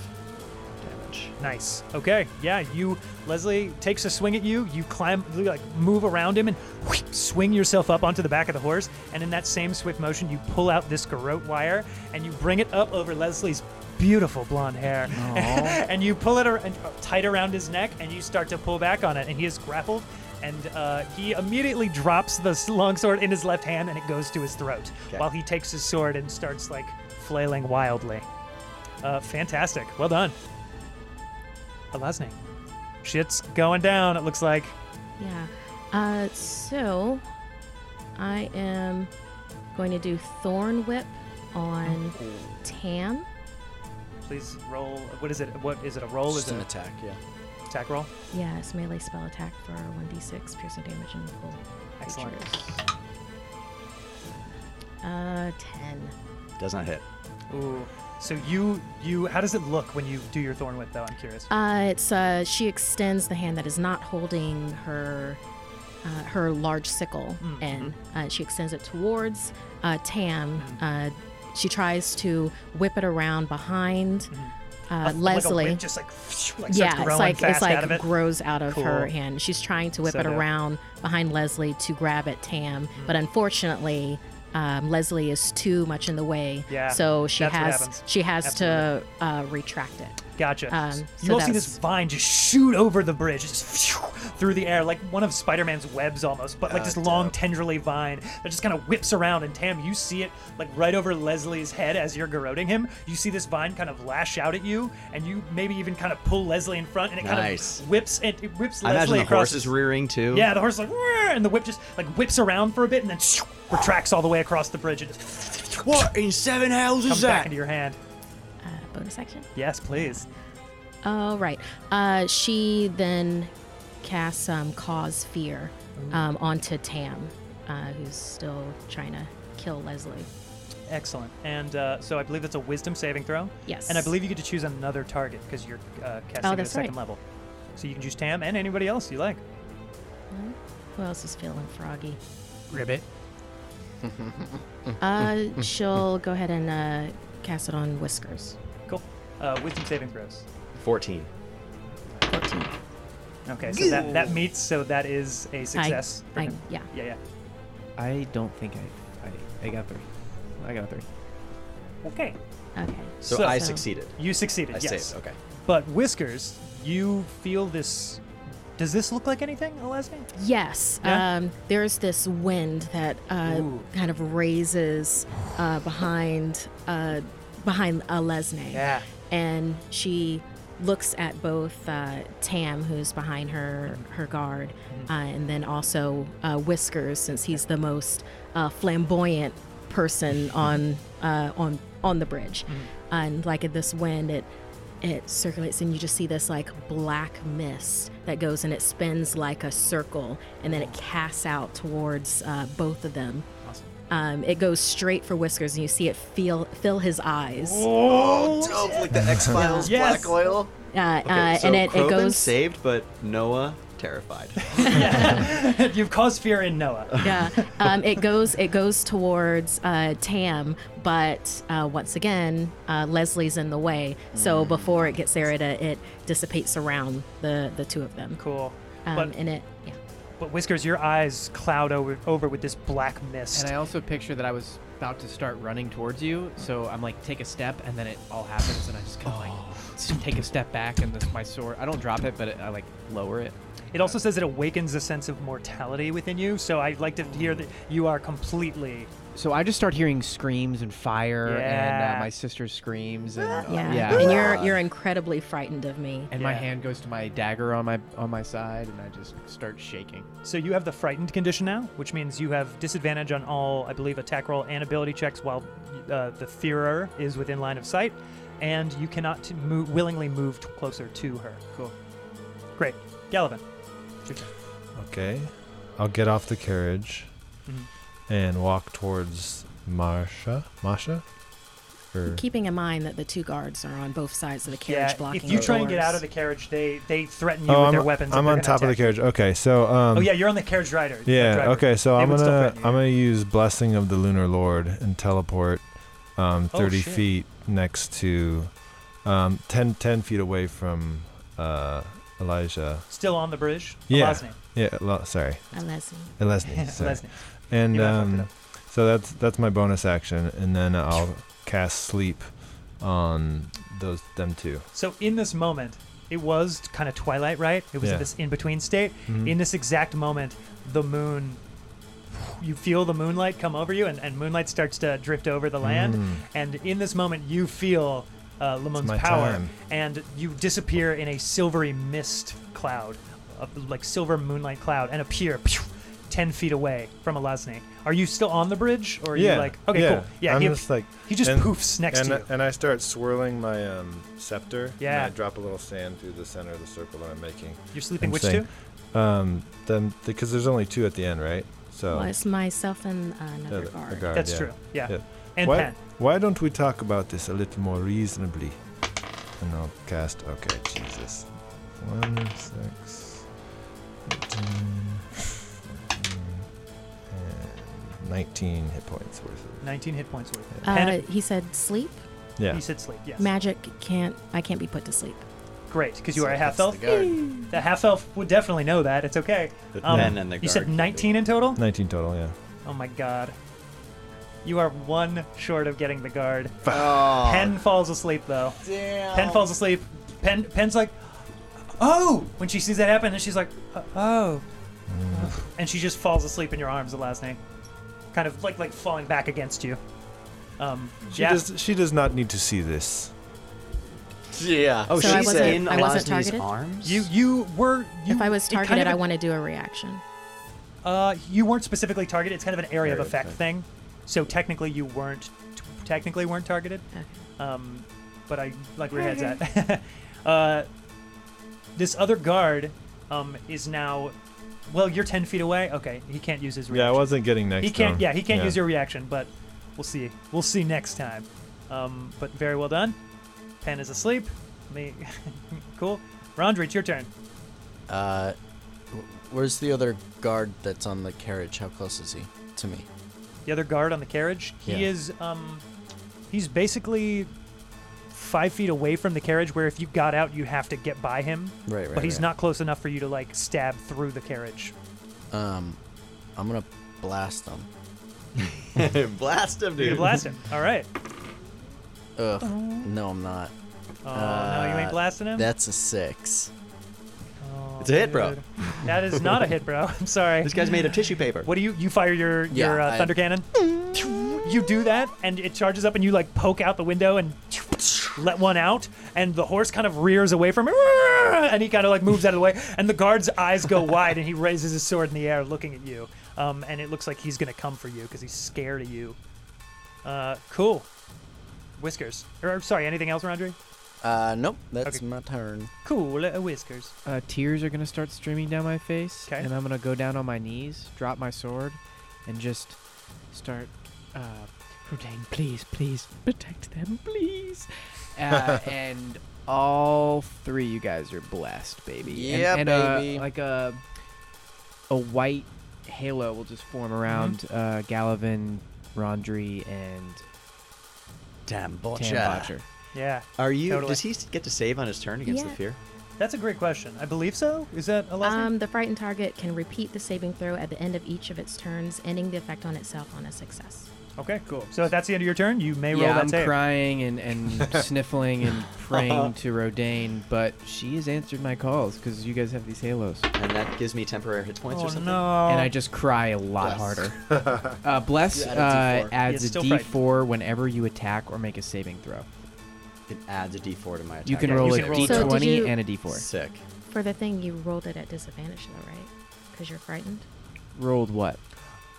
Speaker 2: damage. damage.
Speaker 3: Nice. Okay. Yeah. You, Leslie, takes a swing at you. You climb, you, like, move around him and wheep, swing yourself up onto the back of the horse. And in that same swift motion, you pull out this garrote wire and you bring it up over Leslie's beautiful blonde hair. and you pull it ar- and- uh, tight around his neck and you start to pull back on it. And he is grappled. And uh, he immediately drops the s- longsword in his left hand and it goes to his throat
Speaker 2: Okay.
Speaker 3: while he takes his sword and starts, like, flailing wildly. Uh, fantastic. Well done. Alasni. Shit's going down, it looks like.
Speaker 7: Yeah. Uh, so I am going to do Thorn Whip on Tam.
Speaker 3: Please roll. What is it? What is it? A roll?
Speaker 4: Just
Speaker 3: is it
Speaker 4: an
Speaker 3: a-
Speaker 4: attack, yeah.
Speaker 3: Attack roll?
Speaker 7: Yeah, it's melee spell attack for 1d6 piercing damage and full
Speaker 3: Excellent.
Speaker 7: Uh, 10.
Speaker 2: Does not hit.
Speaker 3: Ooh. So you, you, how does it look when you do your thorn whip, though? I'm curious.
Speaker 7: Uh, it's uh, she extends the hand that is not holding her uh, her large sickle,
Speaker 3: Mm,
Speaker 7: and
Speaker 3: mm-hmm.
Speaker 7: uh, she extends it towards uh, Tam. Uh, she tries to whip it around behind uh,
Speaker 3: Like Mm-hmm. a
Speaker 7: Leslie.
Speaker 3: wind just like, like starts
Speaker 7: yeah, it's
Speaker 3: growing
Speaker 7: like
Speaker 3: fast
Speaker 7: it's like
Speaker 3: out of it.
Speaker 7: grows out of her
Speaker 3: Cool.
Speaker 7: hand. She's trying to whip
Speaker 3: So
Speaker 7: it
Speaker 3: dope. Mm-hmm.
Speaker 7: around behind Leslie to grab at Tam, but unfortunately. Um, Leslie is too much in the way,
Speaker 3: Yeah,
Speaker 7: so she
Speaker 3: that's what
Speaker 7: has
Speaker 3: happens.
Speaker 7: she has to uh, retract it.
Speaker 3: Gotcha.
Speaker 7: Um,
Speaker 3: you
Speaker 7: so
Speaker 3: all see
Speaker 7: that's-
Speaker 3: this vine just shoot over the bridge, just phew, through the air, like one of Spider Man's webs almost, but like this long, tendrily vine that just kind of whips around. And Tam, you see it like right over Leslie's head as you're garroting him. You see this vine kind of lash out at you, and you maybe even kind of pull Leslie in front, and it
Speaker 2: Nice.
Speaker 3: kind of whips it, it whips
Speaker 2: I
Speaker 3: Leslie
Speaker 2: imagine the
Speaker 3: across.
Speaker 2: horse is rearing too.
Speaker 3: Yeah, the horse is like, "Whir," and the whip just like whips around for a bit, and then shoo, retracts all the way across the bridge. And just,
Speaker 12: what in seven hells
Speaker 3: comes
Speaker 12: is
Speaker 3: back
Speaker 12: that?
Speaker 3: into your hand?
Speaker 7: Uh, bonus action.
Speaker 3: Yes, please.
Speaker 7: All right. Uh, she then casts um, Cause Fear
Speaker 3: Mm.
Speaker 7: um, onto Tam, uh, who's still trying to kill Leslie.
Speaker 3: Excellent. And uh, so I believe that's a wisdom saving throw.
Speaker 7: Yes.
Speaker 3: And I believe you get to choose another target because you're uh, casting at a
Speaker 7: Oh, that's
Speaker 3: second
Speaker 7: right.
Speaker 3: level. So you can choose Tam and anybody else you like.
Speaker 7: Hmm? Who else is feeling froggy?
Speaker 11: Ribbit.
Speaker 7: Uh, she'll go ahead and uh, cast it on Whiskers.
Speaker 3: Cool. Uh, wisdom saving throws.
Speaker 2: 14.
Speaker 7: 14.
Speaker 3: Okay, so that, that meets, so that is a success. for
Speaker 7: I-
Speaker 3: him.
Speaker 7: yeah.
Speaker 3: Yeah, yeah.
Speaker 8: I don't think I, I, I got three. I got a three.
Speaker 3: Okay.
Speaker 7: Okay.
Speaker 2: So, I succeeded.
Speaker 3: You succeeded.
Speaker 2: I
Speaker 3: yes.
Speaker 2: saved, okay.
Speaker 3: But Whiskers, you feel this. Does this look like anything, Leslie?
Speaker 7: Yes.
Speaker 3: Yeah?
Speaker 7: Um, there's this wind that uh,
Speaker 3: Ooh.
Speaker 7: kind of raises uh, behind uh, behind Lesne.
Speaker 3: Yeah.
Speaker 7: And she looks at both uh, Tam, who's behind her her guard,
Speaker 3: Mm-hmm.
Speaker 7: uh, and then also uh, Whiskers, since he's the most uh, flamboyant person
Speaker 3: Mm-hmm.
Speaker 7: on uh, on on the bridge. And like in this wind, it it circulates and you just see this like black mist that goes and it spins like a circle and then it casts out towards uh, both of them
Speaker 3: awesome.
Speaker 7: um, it goes straight for whiskers and you see it feel fill his eyes
Speaker 2: Oh, dope! Like the X Files
Speaker 7: Yes.
Speaker 2: black oil.
Speaker 7: uh,
Speaker 2: Okay,
Speaker 7: uh,
Speaker 2: so
Speaker 7: and it,
Speaker 2: Krobin
Speaker 7: it goes
Speaker 2: saved, but Noah terrified.
Speaker 3: You've caused fear in Noah.
Speaker 7: yeah um, it goes it goes towards uh, tam but uh, once again uh, leslie's in the way so before it gets there it, uh, it dissipates around the the two of them
Speaker 3: cool
Speaker 7: um,
Speaker 3: But-
Speaker 7: and it yeah
Speaker 3: But Whiskers, your eyes cloud over, over with this black mist.
Speaker 8: And I also picture that I was about to start running towards you, so I'm like, take a step, and then it all happens, and I just kind of like take a step back, and this, my sword. I don't drop it, but it, I like lower it.
Speaker 3: It also says it awakens a sense of mortality within you, so I'd like to hear that you are completely.
Speaker 8: So I just start hearing screams and fire, and
Speaker 3: Yeah.
Speaker 8: uh, my sister screams, and uh,
Speaker 7: yeah.
Speaker 8: yeah,
Speaker 7: and you're you're incredibly frightened of me
Speaker 8: and my hand goes to my dagger on my on my side, and I just start shaking.
Speaker 3: So you have the frightened condition now, which means you have disadvantage on all, I believe, attack roll and ability checks while uh, the fearer is within line of sight, and you cannot t- mo- willingly move t- closer to her.
Speaker 8: Cool.
Speaker 3: Great, Gallivan.
Speaker 6: Okay. I'll get off the carriage
Speaker 3: Mhm.
Speaker 6: and walk towards Marsha. Masha? Or
Speaker 7: keeping in mind that the two guards are on both sides of the carriage
Speaker 3: Yeah,
Speaker 7: blocking
Speaker 3: if you
Speaker 7: the
Speaker 3: try and get
Speaker 7: doors.
Speaker 3: out of the carriage, they they threaten you
Speaker 6: oh,
Speaker 3: with
Speaker 6: I'm,
Speaker 3: their weapons. and
Speaker 6: I'm
Speaker 3: they're
Speaker 6: on
Speaker 3: gonna
Speaker 6: top of the
Speaker 3: attack you.
Speaker 6: carriage. Okay, so um
Speaker 3: oh yeah, you're on the carriage rider.
Speaker 6: Yeah.
Speaker 3: driver.
Speaker 6: Okay. So
Speaker 3: They
Speaker 6: I'm
Speaker 3: would still
Speaker 6: gonna
Speaker 3: threaten you.
Speaker 6: I'm gonna use blessing of the lunar lord and teleport um,
Speaker 3: Oh,
Speaker 6: 30
Speaker 3: shit.
Speaker 6: feet next to um, 10, 10 feet away from uh, Elijah.
Speaker 3: Still on the bridge? Oh,
Speaker 6: Yeah.
Speaker 3: Alasne.
Speaker 6: Yeah. Lo- sorry.
Speaker 7: Elesny.
Speaker 6: Elesny. sorry.
Speaker 3: Elesny.
Speaker 6: And
Speaker 3: You might fuck it
Speaker 6: um, so that's that's my bonus action, and then I'll cast sleep on those them two.
Speaker 3: So in this moment, it was kind of twilight, right? It was
Speaker 6: Yeah.
Speaker 3: this in between state.
Speaker 6: Mhm.
Speaker 3: In this exact moment, the moon. You feel the moonlight come over you, and, and moonlight starts to drift over the land.
Speaker 6: Mm.
Speaker 3: And in this moment, you feel uh, Lamon's
Speaker 6: my
Speaker 3: power,
Speaker 6: time.
Speaker 3: and you disappear in a silvery mist cloud, a, like silver moonlight cloud, and appear pew, 10 feet away from Alasne. Are you still on the bridge? Or are
Speaker 6: yeah.
Speaker 3: you like, okay,
Speaker 6: yeah.
Speaker 3: cool. Yeah,
Speaker 6: I'm
Speaker 3: he,
Speaker 6: just like
Speaker 3: he just
Speaker 6: and-
Speaker 3: poofs next
Speaker 6: and,
Speaker 3: to you.
Speaker 6: And I start swirling my um, scepter.
Speaker 3: Yeah.
Speaker 6: And I drop a little sand through the center of the circle that I'm making.
Speaker 3: You're sleeping
Speaker 6: and
Speaker 3: which
Speaker 6: saying, Um, them because there's only two at the end, right? So.
Speaker 7: Well, it's myself and
Speaker 6: the-
Speaker 7: another
Speaker 6: the
Speaker 7: guard.
Speaker 6: guard,
Speaker 3: That's true, yeah. And
Speaker 6: why,
Speaker 3: Pan.
Speaker 6: why don't we talk about this a little more reasonably? And I'll cast. Okay, Jesus. One, six, 18, 19, and 19 hit points worth of.
Speaker 3: 19 hit points worth.
Speaker 7: Uh,
Speaker 3: Pan-
Speaker 7: he said sleep.
Speaker 6: Yeah.
Speaker 3: He said sleep, yes.
Speaker 7: Magic can't. I can't be put to sleep.
Speaker 3: Great, because you
Speaker 7: So
Speaker 3: are a half
Speaker 7: that's
Speaker 3: elf.
Speaker 7: the guard.
Speaker 3: The, half elf would definitely know that. It's okay.
Speaker 6: The
Speaker 3: Um,
Speaker 6: ten and the
Speaker 3: you said
Speaker 6: guard can
Speaker 3: 19 in total?
Speaker 6: 19 total, yeah.
Speaker 3: Oh my god. You are one short of getting the guard.
Speaker 6: Oh.
Speaker 3: Pen falls asleep though.
Speaker 10: Damn.
Speaker 3: Pen falls asleep. Pen Pen's like, oh! When she sees that happen, and she's like, "Uh, oh. And she just falls asleep in your arms. The last name, kind of like like falling back against you. Um,
Speaker 6: She,
Speaker 3: yeah.
Speaker 6: does, she does not need to see this.
Speaker 2: Yeah.
Speaker 7: Oh, So I she's wasn't- in I wasn't Alasne's targeted?
Speaker 2: arms.
Speaker 3: You you were. You,
Speaker 7: if I was
Speaker 3: it kind
Speaker 7: targeted,
Speaker 3: of-
Speaker 7: I want to do a reaction.
Speaker 3: Uh, you weren't specifically targeted. It's kind of an area of
Speaker 7: Area of
Speaker 3: effect
Speaker 7: effect.
Speaker 3: thing. So technically, you weren't t- technically weren't targeted. Um, but I like where your head's at. uh, this other guard um, is now. Well, you're ten feet away. Okay, he can't use his.
Speaker 6: Yeah, I
Speaker 3: Reaction.
Speaker 6: wasn't getting next
Speaker 3: He can't.
Speaker 6: round.
Speaker 3: Yeah, he can't use your reaction. But we'll see. We'll see next time. Um, but very well done. Pen is asleep. Me, cool. Rondre, it's your turn.
Speaker 4: Uh, w- where's the other guard that's on the carriage? How close is he to me?
Speaker 3: the other guard on the carriage. He
Speaker 4: Yeah.
Speaker 3: is um, he's basically five feet away from the carriage. Where if you got out, you have to get by him.
Speaker 4: Right, right,
Speaker 3: But he's
Speaker 4: right.
Speaker 3: not close enough for you to like stab through the carriage.
Speaker 4: Um, I'm gonna blast him.
Speaker 2: blast him,
Speaker 3: You
Speaker 2: dude.
Speaker 3: blast him. All right.
Speaker 4: Ugh.
Speaker 3: Oh.
Speaker 4: No, I'm not.
Speaker 3: Oh, no,
Speaker 4: Uh,
Speaker 3: you ain't blasting him?
Speaker 4: That's a six.
Speaker 2: It's a hit, bro.
Speaker 3: That is not a hit, bro. I'm sorry.
Speaker 2: This guy's made of tissue paper.
Speaker 3: What do you? You fire your
Speaker 2: Yeah,
Speaker 3: your uh,
Speaker 2: I-
Speaker 3: thunder cannon. You do that, and it charges up, and you like poke out the window and let one out, and the horse kind of rears away from it, and he kind of like moves out of the way, and the guard's eyes go wide, and he raises his sword in the air, looking at you, um, and it looks like he's gonna come for you because he's scared of you. Uh, cool. Whiskers. Or, or, sorry, anything else, Rondre?
Speaker 4: Uh, nope. That's my turn.
Speaker 3: Cool. Uh, whiskers.
Speaker 8: Uh, tears are gonna start streaming down my face,
Speaker 3: 'Kay.
Speaker 8: and I'm gonna go down on my knees, drop my sword, and just start. Uh, Rodane, please, please protect them, please. Uh, and all three, you guys are blessed, baby. And-
Speaker 4: Yeah,
Speaker 8: and, uh,
Speaker 4: baby.
Speaker 8: like a a white halo will just form around
Speaker 4: Mm-hmm.
Speaker 8: uh, Gallivan, Rondri, and
Speaker 2: Damn
Speaker 8: Botcher.
Speaker 3: Yeah.
Speaker 2: Are you?
Speaker 3: totally.
Speaker 2: Does he get to save on his turn against the
Speaker 7: Yeah.
Speaker 2: fear?
Speaker 3: That's a great question. I believe so. Is that a last name?
Speaker 7: Um, the frightened target can repeat the saving throw at the end of each of its turns, ending the effect on itself on a success.
Speaker 3: Okay, cool. So if that's the end of your turn, you may roll
Speaker 8: yeah,
Speaker 3: that
Speaker 8: I'm
Speaker 3: save.
Speaker 8: crying and, and sniffling and praying to Rodane, but she has answered my calls because you guys have these halos.
Speaker 2: And that gives me temporary hit points
Speaker 3: Oh,
Speaker 2: or something.
Speaker 3: no.
Speaker 8: And I just cry a lot
Speaker 2: Bless.
Speaker 8: harder. uh, Bless
Speaker 2: You add a
Speaker 8: uh,
Speaker 2: D4.
Speaker 8: adds
Speaker 2: It's
Speaker 8: a
Speaker 2: still
Speaker 8: D4
Speaker 2: frightened.
Speaker 8: whenever you attack or make a saving throw.
Speaker 2: It adds a D4 to my attack.
Speaker 8: You can
Speaker 2: Yeah,
Speaker 8: roll
Speaker 2: can
Speaker 8: a
Speaker 2: roll
Speaker 7: So
Speaker 8: D20
Speaker 7: did you-
Speaker 8: and a D4.
Speaker 2: Sick.
Speaker 7: For the thing, you rolled it at disadvantage, though, right? Because you're frightened.
Speaker 8: Rolled what?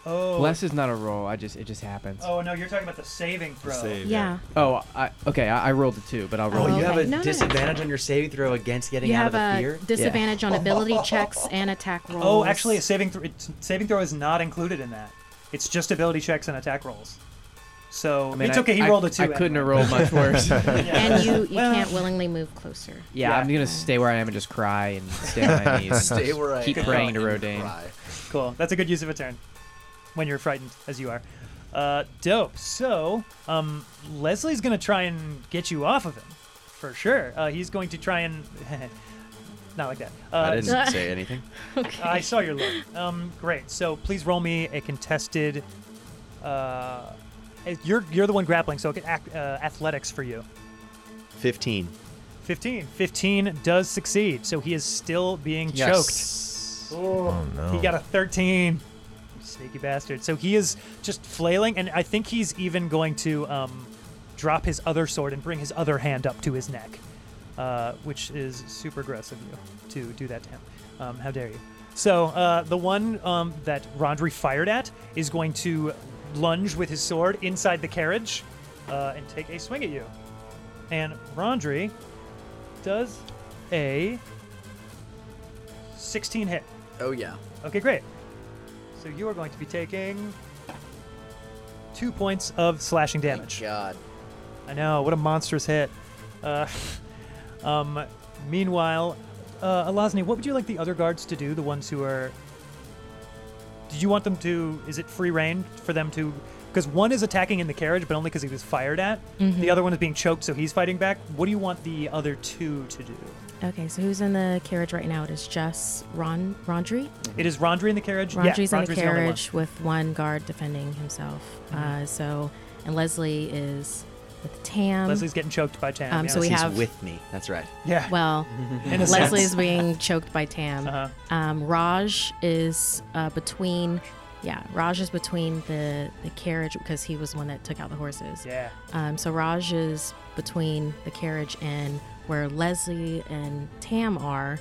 Speaker 3: Oh.
Speaker 8: Bless is not a roll. I just it just happens.
Speaker 3: Oh no, you're talking about the saving throw.
Speaker 2: save,
Speaker 7: yeah.
Speaker 8: Oh, I, okay. I, I rolled a two, but I'll
Speaker 2: Oh,
Speaker 8: roll. a
Speaker 2: you
Speaker 8: two.
Speaker 2: have a
Speaker 7: Okay, no, no, no.
Speaker 2: disadvantage on your saving throw against getting
Speaker 7: you
Speaker 2: out
Speaker 7: have
Speaker 2: of the
Speaker 7: a
Speaker 2: fear.
Speaker 7: disadvantage on ability checks and attack rolls.
Speaker 3: Oh, actually, a saving throw. It's, saving throw is not included in that. It's just ability checks and attack rolls. So
Speaker 8: I mean,
Speaker 3: it's
Speaker 8: I-
Speaker 3: okay. He
Speaker 8: I-
Speaker 3: rolled a two.
Speaker 8: I couldn't
Speaker 3: anyway.
Speaker 8: have rolled much worse.
Speaker 6: Oh,
Speaker 7: and you, you
Speaker 3: Well,
Speaker 7: can't willingly move closer.
Speaker 8: Yeah, I'm gonna stay where I am and just cry and stay on my knees. and
Speaker 4: Stay
Speaker 8: just
Speaker 4: where I
Speaker 8: keep
Speaker 4: am
Speaker 8: praying to
Speaker 4: and
Speaker 8: Rodane.
Speaker 4: cry.
Speaker 3: Cool. That's a good use of a turn when you're frightened, as you are. Uh, dope. So, um, Leslie's gonna try and get you off of him for sure. Uh, he's going to try and. Not like that. Uh,
Speaker 2: I didn't say anything.
Speaker 3: I saw your look. Um, great. So please roll me a contested. Uh, eh, you're you're the one grappling, so ac- uh, athletics for you.
Speaker 2: 15.
Speaker 3: 15. 15 does succeed, so he is still being
Speaker 2: Yes.
Speaker 3: choked. Oh,
Speaker 2: no.
Speaker 3: He got a 13. Sneaky bastard. So he is just flailing, and I think he's even going to um, drop his other sword and bring his other hand up to his neck, uh, which is super gross of you to do that to him. Um, how dare you? So uh, the one um, that Rondri fired at is going to lunge with his sword inside the carriage uh, and take a swing at you. And Rondri does a 16 hit.
Speaker 4: Oh, yeah.
Speaker 3: Okay, great. So you are going to be taking two points of slashing damage.
Speaker 4: God.
Speaker 3: I know. What a monstrous hit. Uh, um, meanwhile, uh, Alazni, what would you like the other guards to do? The ones who are. Did you want them to? Is it free reign for them to? Because one is attacking in the carriage, but only because he was fired at.
Speaker 7: Mhm.
Speaker 3: The other one is being choked, so he's fighting back. What do you want the other two to do?
Speaker 7: Okay, so who's in the carriage right now? It is just Ron Rondry.
Speaker 3: It is Rondri in the carriage.
Speaker 7: Rondry's
Speaker 3: yeah,
Speaker 7: in
Speaker 3: only
Speaker 7: the
Speaker 3: one. Mm-hmm.
Speaker 7: carriage with one guard defending himself. Uh, so and Leslie is with Tam.
Speaker 3: Leslie's getting choked by Tam.
Speaker 7: Um,
Speaker 3: yeah.
Speaker 7: so we have
Speaker 2: with me. That's right.
Speaker 3: Yeah.
Speaker 7: Well,
Speaker 3: In a
Speaker 7: Leslie
Speaker 3: sense. Uh-huh.
Speaker 7: is being choked by Tam. Um, Raj is uh, between. Yeah, Raj is between the the carriage because he was the one that took out the horses.
Speaker 3: Yeah.
Speaker 7: Um, so Raj is between the carriage and where Leslie and Tam are.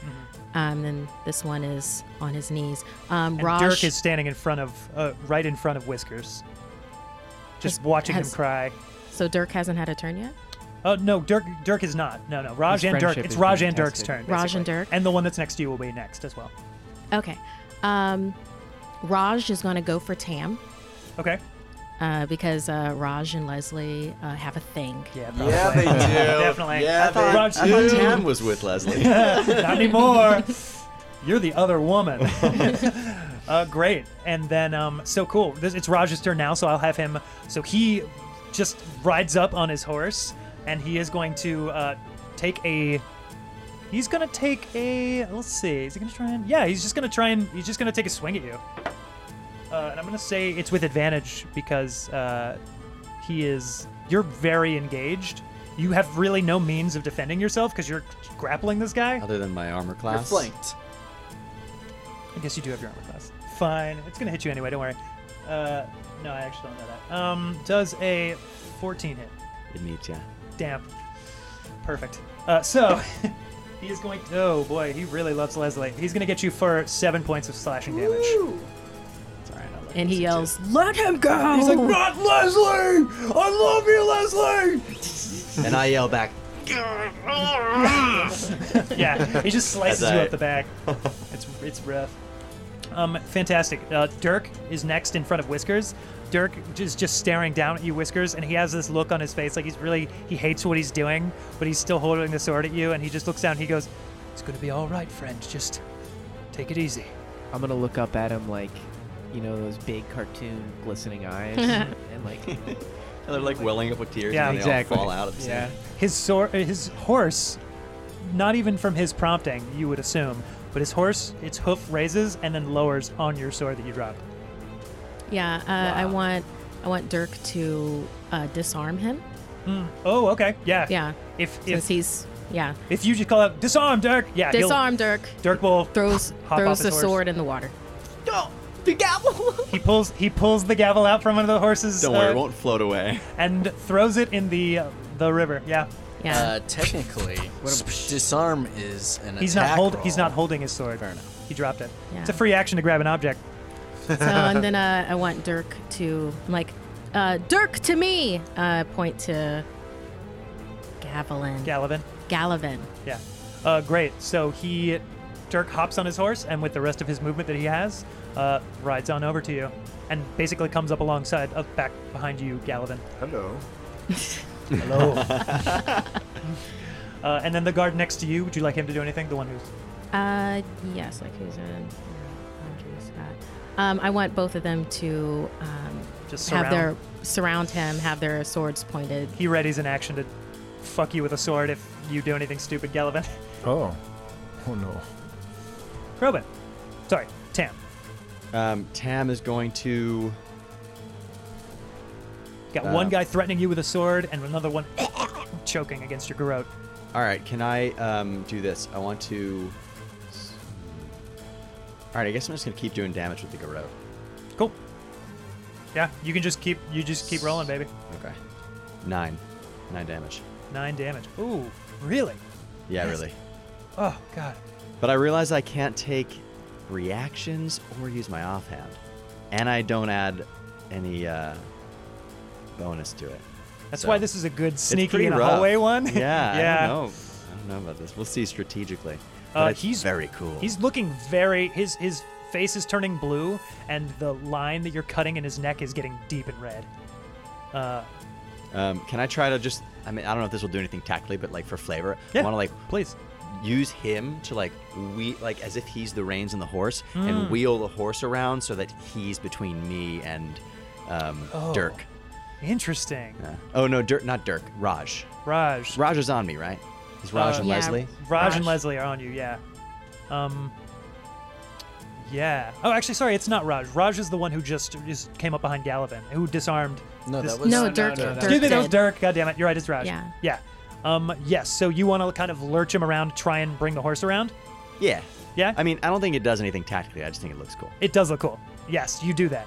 Speaker 7: Um, and this one is on his knees. Um,
Speaker 3: Mm-hmm. And
Speaker 7: Raj
Speaker 3: Dirk is standing in front of, uh, right in front of Whiskers, just watching
Speaker 7: has-
Speaker 3: him cry.
Speaker 7: So Dirk hasn't had a turn yet.
Speaker 3: Oh no, Dirk. Dirk is not. No, no. Raj
Speaker 7: His
Speaker 3: and Dirk.
Speaker 7: friendship
Speaker 3: It's
Speaker 7: is
Speaker 3: Raj
Speaker 7: being
Speaker 3: and Dirk's
Speaker 7: tested.
Speaker 3: turn.
Speaker 7: Raj and
Speaker 3: basically.
Speaker 7: Dirk.
Speaker 3: And the one that's next to you will be next as well.
Speaker 7: Okay. Um, Raj is going to go for Tam.
Speaker 3: Okay.
Speaker 7: Uh, because uh, Raj and Leslie uh, have a thing.
Speaker 3: Yeah,
Speaker 2: Yeah, they do.
Speaker 3: Definitely.
Speaker 2: Yeah,
Speaker 3: I thought-
Speaker 2: they
Speaker 3: I thought
Speaker 2: do.
Speaker 3: Tam-
Speaker 2: Tam was with Leslie.
Speaker 3: Not anymore. You're the other woman. uh, great. And then, um, so cool. This, it's Raj's turn now, so I'll have him. So he just rides up on his horse, and he is going to uh, take a. He's gonna take a. Let's see. Is he gonna try and? Yeah, he's just gonna try and. He's just gonna take a swing at you. Uh, and I'm gonna say it's with advantage because uh, he is. You're very engaged. You have really no means of defending yourself because you're grappling this guy.
Speaker 2: Other than my armor class.
Speaker 3: I guess you do have your armor class. Fine. It's going to hit you anyway. Don't worry. Uh, no, I actually don't know that. Um, does a 14 hit?
Speaker 2: It meets ya.
Speaker 3: Damn. Perfect. Uh, so he is going. To, oh boy, he really loves Leslie. He's going to get you for seven points of slashing damage.
Speaker 7: And he yells, "Let him go!"
Speaker 3: He's like,
Speaker 7: "Not Leslie! I love you, Leslie!"
Speaker 2: And I yell back.
Speaker 3: yeah, he just slices
Speaker 2: As
Speaker 3: you
Speaker 2: I-
Speaker 3: up the back. It's it's rough. Um, fantastic. Uh, Dirk is next in front of Whiskers. Dirk is just staring down at you, Whiskers, and he has this look on his face like he's really he hates what he's doing, but he's still holding the sword at you, and he just looks down. and He goes, "It's gonna be all right, friend. Just take it easy."
Speaker 8: I'm gonna look up at him like, you know, those big cartoon glistening eyes, and like,
Speaker 2: And they're like welling up with tears
Speaker 3: Yeah.
Speaker 2: and they
Speaker 3: Exactly.
Speaker 2: all fall out at the same
Speaker 8: Yeah.
Speaker 3: His sor- uh, his horse, not even from his prompting, you would assume, but his horse, its hoof raises and then lowers on your sword that you dropped.
Speaker 7: Yeah, uh, I want I want Dirk to uh, disarm him.
Speaker 3: Hmm. Oh, okay. Yeah.
Speaker 7: Yeah.
Speaker 3: If
Speaker 7: Since
Speaker 3: if
Speaker 7: he's yeah,
Speaker 3: if you just call out disarm Dirk, yeah, he'll-
Speaker 7: disarm Dirk.
Speaker 3: Dirk will
Speaker 7: throws
Speaker 3: hop
Speaker 7: throws
Speaker 3: off his
Speaker 7: the
Speaker 3: horse.
Speaker 7: sword in the water.
Speaker 3: He pulls he pulls the gavel out from one of the horses.
Speaker 2: Don't worry,
Speaker 3: uh,
Speaker 2: it won't float away.
Speaker 3: And throws it in the uh, the river. Yeah.
Speaker 4: Uh, technically, disarm is an
Speaker 3: he's
Speaker 4: attack
Speaker 3: not hold,
Speaker 4: roll.
Speaker 3: he's not holding his sword. Fair enough. He dropped it. It's a free action to grab an object.
Speaker 7: So and then uh, I want Dirk to I'm like, uh, Dirk to me. Uh, point to Gavelin.
Speaker 3: Galavin.
Speaker 7: Galavin.
Speaker 3: Yeah. Uh, great. So he Dirk hops on his horse and with the rest of his movement that he has, uh, rides on over to you and basically comes up alongside uh, back behind you, Galavin.
Speaker 6: Hello.
Speaker 3: Hello. uh, and then the guard next to you, would you like him to do anything? The one who's
Speaker 7: Uh, yes, like who's in? Andre Scott. Um, I want both of them to um,
Speaker 3: Just
Speaker 7: have their
Speaker 3: surround.
Speaker 7: surround him, have their swords pointed.
Speaker 3: he readies an action to fuck you with a sword if you do anything stupid, Gallivan.
Speaker 6: Oh. Oh no.
Speaker 3: Robin. Sorry, Tam.
Speaker 2: Um, Tam is going to.
Speaker 3: Got
Speaker 2: Uh,
Speaker 3: one guy threatening you with a sword and another one choking against your garrote.
Speaker 2: All right, can I um, do this? I want to. All right, I guess I'm just gonna keep doing damage with the garrote.
Speaker 3: Cool. Yeah, you can just keep you just keep rolling, baby.
Speaker 2: Okay. Nine. Nine damage.
Speaker 3: Nine damage. Ooh, really?
Speaker 2: Yeah,
Speaker 3: That's-
Speaker 2: really.
Speaker 3: Oh god.
Speaker 2: But I realize I can't take reactions or use my offhand, and I don't add any uh, bonus to it.
Speaker 3: That's why this is a good
Speaker 2: it's
Speaker 3: sneaky
Speaker 2: pretty
Speaker 3: in a
Speaker 2: rough.
Speaker 3: hallway one.
Speaker 2: Yeah, I
Speaker 3: Yeah.
Speaker 2: don't know. I don't know about this. We'll see strategically.
Speaker 3: Uh,
Speaker 2: But it's
Speaker 3: he's-
Speaker 2: very cool.
Speaker 3: He's looking very his his face is turning blue and the line that you're cutting in his neck is getting deep and red. Uh
Speaker 2: Um, can I try to just? I mean, I don't know if this will do anything tactically, but like for flavor,
Speaker 3: Yeah,
Speaker 2: I want to like
Speaker 3: please
Speaker 2: use him to like we like as if he's the reins and the horse,
Speaker 3: Mm.
Speaker 2: and wheel the horse around so that he's between me and um,
Speaker 3: Oh.
Speaker 2: Dirk.
Speaker 3: interesting.
Speaker 2: Yeah. Oh no, Dirk, not Dirk. Raj.
Speaker 3: Raj.
Speaker 2: Raj is on me, right? Is Raj
Speaker 3: Uh,
Speaker 2: and Leslie?
Speaker 3: Raj, and Leslie are on you, yeah. Um Yeah. Oh, actually sorry, it's not Raj. Raj is the one who just just came up behind Gallivan, who disarmed
Speaker 4: No,
Speaker 3: this-
Speaker 4: that was- No, No, no, Dirk- no, no, Dirk
Speaker 3: Excuse me, that was
Speaker 4: did.
Speaker 3: Dirk. God damn it. You're right, it's Raj.
Speaker 4: Yeah.
Speaker 3: Yeah. Um yes, so you want to kind of lurch him around, try and bring the horse around?
Speaker 2: Yeah.
Speaker 3: Yeah.
Speaker 2: I mean, I don't think it does anything tactically. I just think it looks cool.
Speaker 3: It does look cool. Yes, you do that.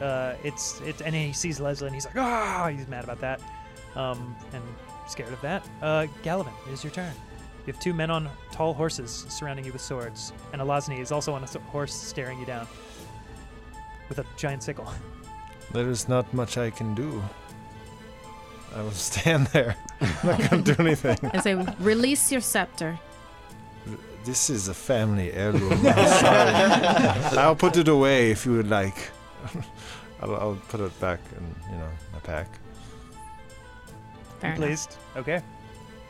Speaker 3: Uh, it's it, and he sees Leslie, and he's like, ah, he's mad about that, um, and scared of that. Uh, Gallivan, it is your turn. You have two men on tall horses surrounding you with swords, and Alazny is also on a s- horse staring you down with a giant sickle.
Speaker 6: There is not much I can do. I will stand there. I'm not gonna do anything.
Speaker 7: And say, release your scepter.
Speaker 6: This is a family heirloom. I'm sorry. I'll put it away if you would like. I'll, I'll put it back in, you know, my pack.
Speaker 7: Fair
Speaker 3: You
Speaker 7: enough.
Speaker 3: pleased? Okay,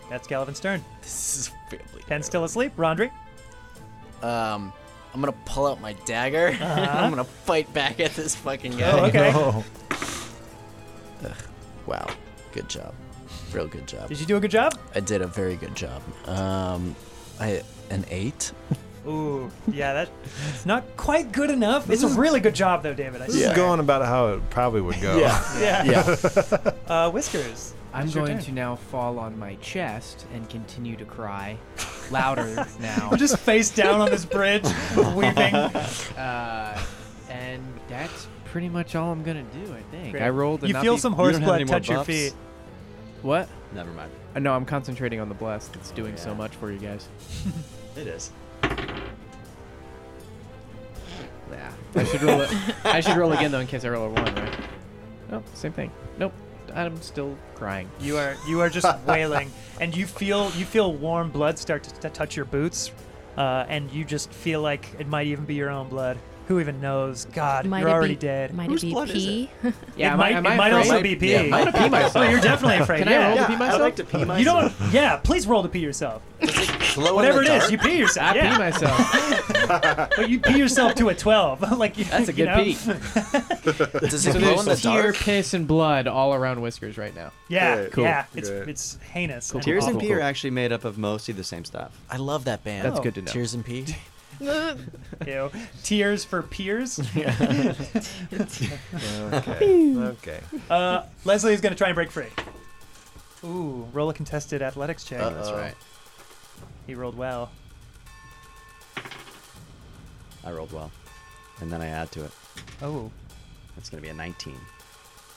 Speaker 3: that's Gallivan's turn.
Speaker 4: This is family.
Speaker 3: Ken's still asleep. Rondri.
Speaker 4: Um, I'm gonna pull out my dagger.
Speaker 3: Uh-huh.
Speaker 4: I'm gonna fight back at this fucking guy.
Speaker 3: Oh, okay.
Speaker 6: No.
Speaker 4: Ugh, wow, good job, real good job.
Speaker 3: Did you do a good job?
Speaker 4: I did a very good job. Um, I an eight.
Speaker 3: Ooh, yeah, that it's not quite good enough. It's a really good job though, David. I
Speaker 6: This
Speaker 3: swear.
Speaker 6: is going about how it probably would go.
Speaker 3: Yeah. uh, whiskers.
Speaker 8: I'm
Speaker 3: it's your
Speaker 8: going
Speaker 3: turn.
Speaker 8: to now fall on my chest and continue to cry louder now.
Speaker 3: I'm just face down on this bridge, weeping.
Speaker 8: Uh, and that's pretty much all I'm gonna do, I think. I rolled. a
Speaker 3: You
Speaker 8: not
Speaker 3: feel
Speaker 8: be-
Speaker 3: some horse blood touch your feet.
Speaker 8: What?
Speaker 2: Never mind.
Speaker 8: Uh, no, I'm concentrating on the bless that's doing so
Speaker 2: Yeah.
Speaker 8: much for you guys.
Speaker 2: It is.
Speaker 8: Yeah. I should roll it. I should roll again though in case I roll a one, right? Nope. Same thing. Nope. I'm still crying.
Speaker 3: You are you are just wailing, and you feel you feel warm blood start to, to touch your boots, uh, and you just feel like it might even be your own blood. Who even knows? God,
Speaker 7: Might
Speaker 3: you're
Speaker 7: it
Speaker 3: already
Speaker 7: be,
Speaker 3: dead.
Speaker 7: Might it be pee?
Speaker 8: Yeah,
Speaker 3: it
Speaker 8: am I-
Speaker 3: might,
Speaker 8: am
Speaker 3: it
Speaker 8: I
Speaker 3: might also
Speaker 8: afraid?
Speaker 3: be pee.
Speaker 8: Yeah, I'm gonna pee myself.
Speaker 3: Oh, you're definitely afraid.
Speaker 8: Can I
Speaker 3: yeah.
Speaker 8: roll to pee Yeah, I'd myself? like to pee
Speaker 3: You don't. Yeah, please roll to pee yourself. Whatever it is, you pee yourself.
Speaker 8: I
Speaker 3: yeah.
Speaker 8: pee myself.
Speaker 3: But you pee yourself to a twelve. like you,
Speaker 8: That's a
Speaker 3: you
Speaker 8: good
Speaker 3: know?
Speaker 8: pee.
Speaker 4: Does
Speaker 8: so
Speaker 4: it glow in the
Speaker 8: there's tear,
Speaker 4: dark?
Speaker 8: piss, and blood all around whiskers right now.
Speaker 3: Yeah,
Speaker 2: Cool.
Speaker 3: yeah. It's
Speaker 2: Good.
Speaker 3: it's heinous. and
Speaker 2: Tears and
Speaker 3: awful.
Speaker 2: pee are actually made up of mostly the same stuff.
Speaker 4: I love that band.
Speaker 8: That's good to know.
Speaker 4: Tears and pee.
Speaker 3: Ew. Tears for peers.
Speaker 6: Okay. okay.
Speaker 3: Uh, Leslie is going to try and break free. Ooh, roll a contested athletics check.
Speaker 4: That's right.
Speaker 3: He rolled well.
Speaker 2: I rolled well, and then I add to it.
Speaker 3: Oh,
Speaker 2: That's gonna be a 19.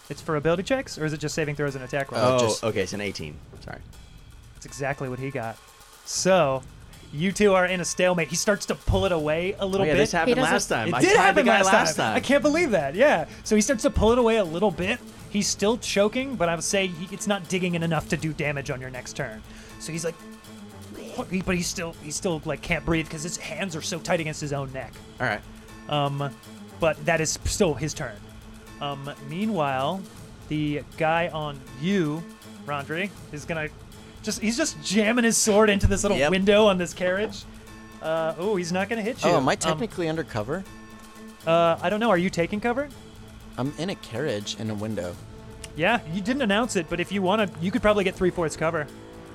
Speaker 3: it's for ability checks, or is it just saving throws and attack rolls?
Speaker 2: Oh,
Speaker 4: just-
Speaker 2: okay, it's an 18. Sorry.
Speaker 3: That's exactly what he got. So, you two are in a stalemate. He starts to pull it away a little
Speaker 2: Oh, yeah,
Speaker 3: bit.
Speaker 2: this happened
Speaker 7: He doesn't-
Speaker 2: last time.
Speaker 3: It
Speaker 2: I
Speaker 3: did
Speaker 2: tied
Speaker 3: happen
Speaker 2: the guy
Speaker 3: last,
Speaker 2: last time.
Speaker 3: I can't believe that. Yeah. So he starts to pull it away a little bit. He's still choking, but I would say he, it's not digging in enough to do damage on your next turn. So he's like, but he's still he still like can't breathe because his hands are so tight against his own neck.
Speaker 2: All right.
Speaker 3: Um, but that is still his turn. Um, meanwhile, the guy on you, Rondre, is gonna just he's just jamming his sword into this little
Speaker 4: Yep.
Speaker 3: window on this carriage. Uh, oh, he's not gonna hit you.
Speaker 4: Oh, am I
Speaker 3: Um,
Speaker 4: technically undercover?
Speaker 3: uh, I don't know. Are you taking cover?
Speaker 4: I'm in a carriage in a window.
Speaker 3: Yeah, you didn't announce it, but if you wanna, you could probably get three fourths cover.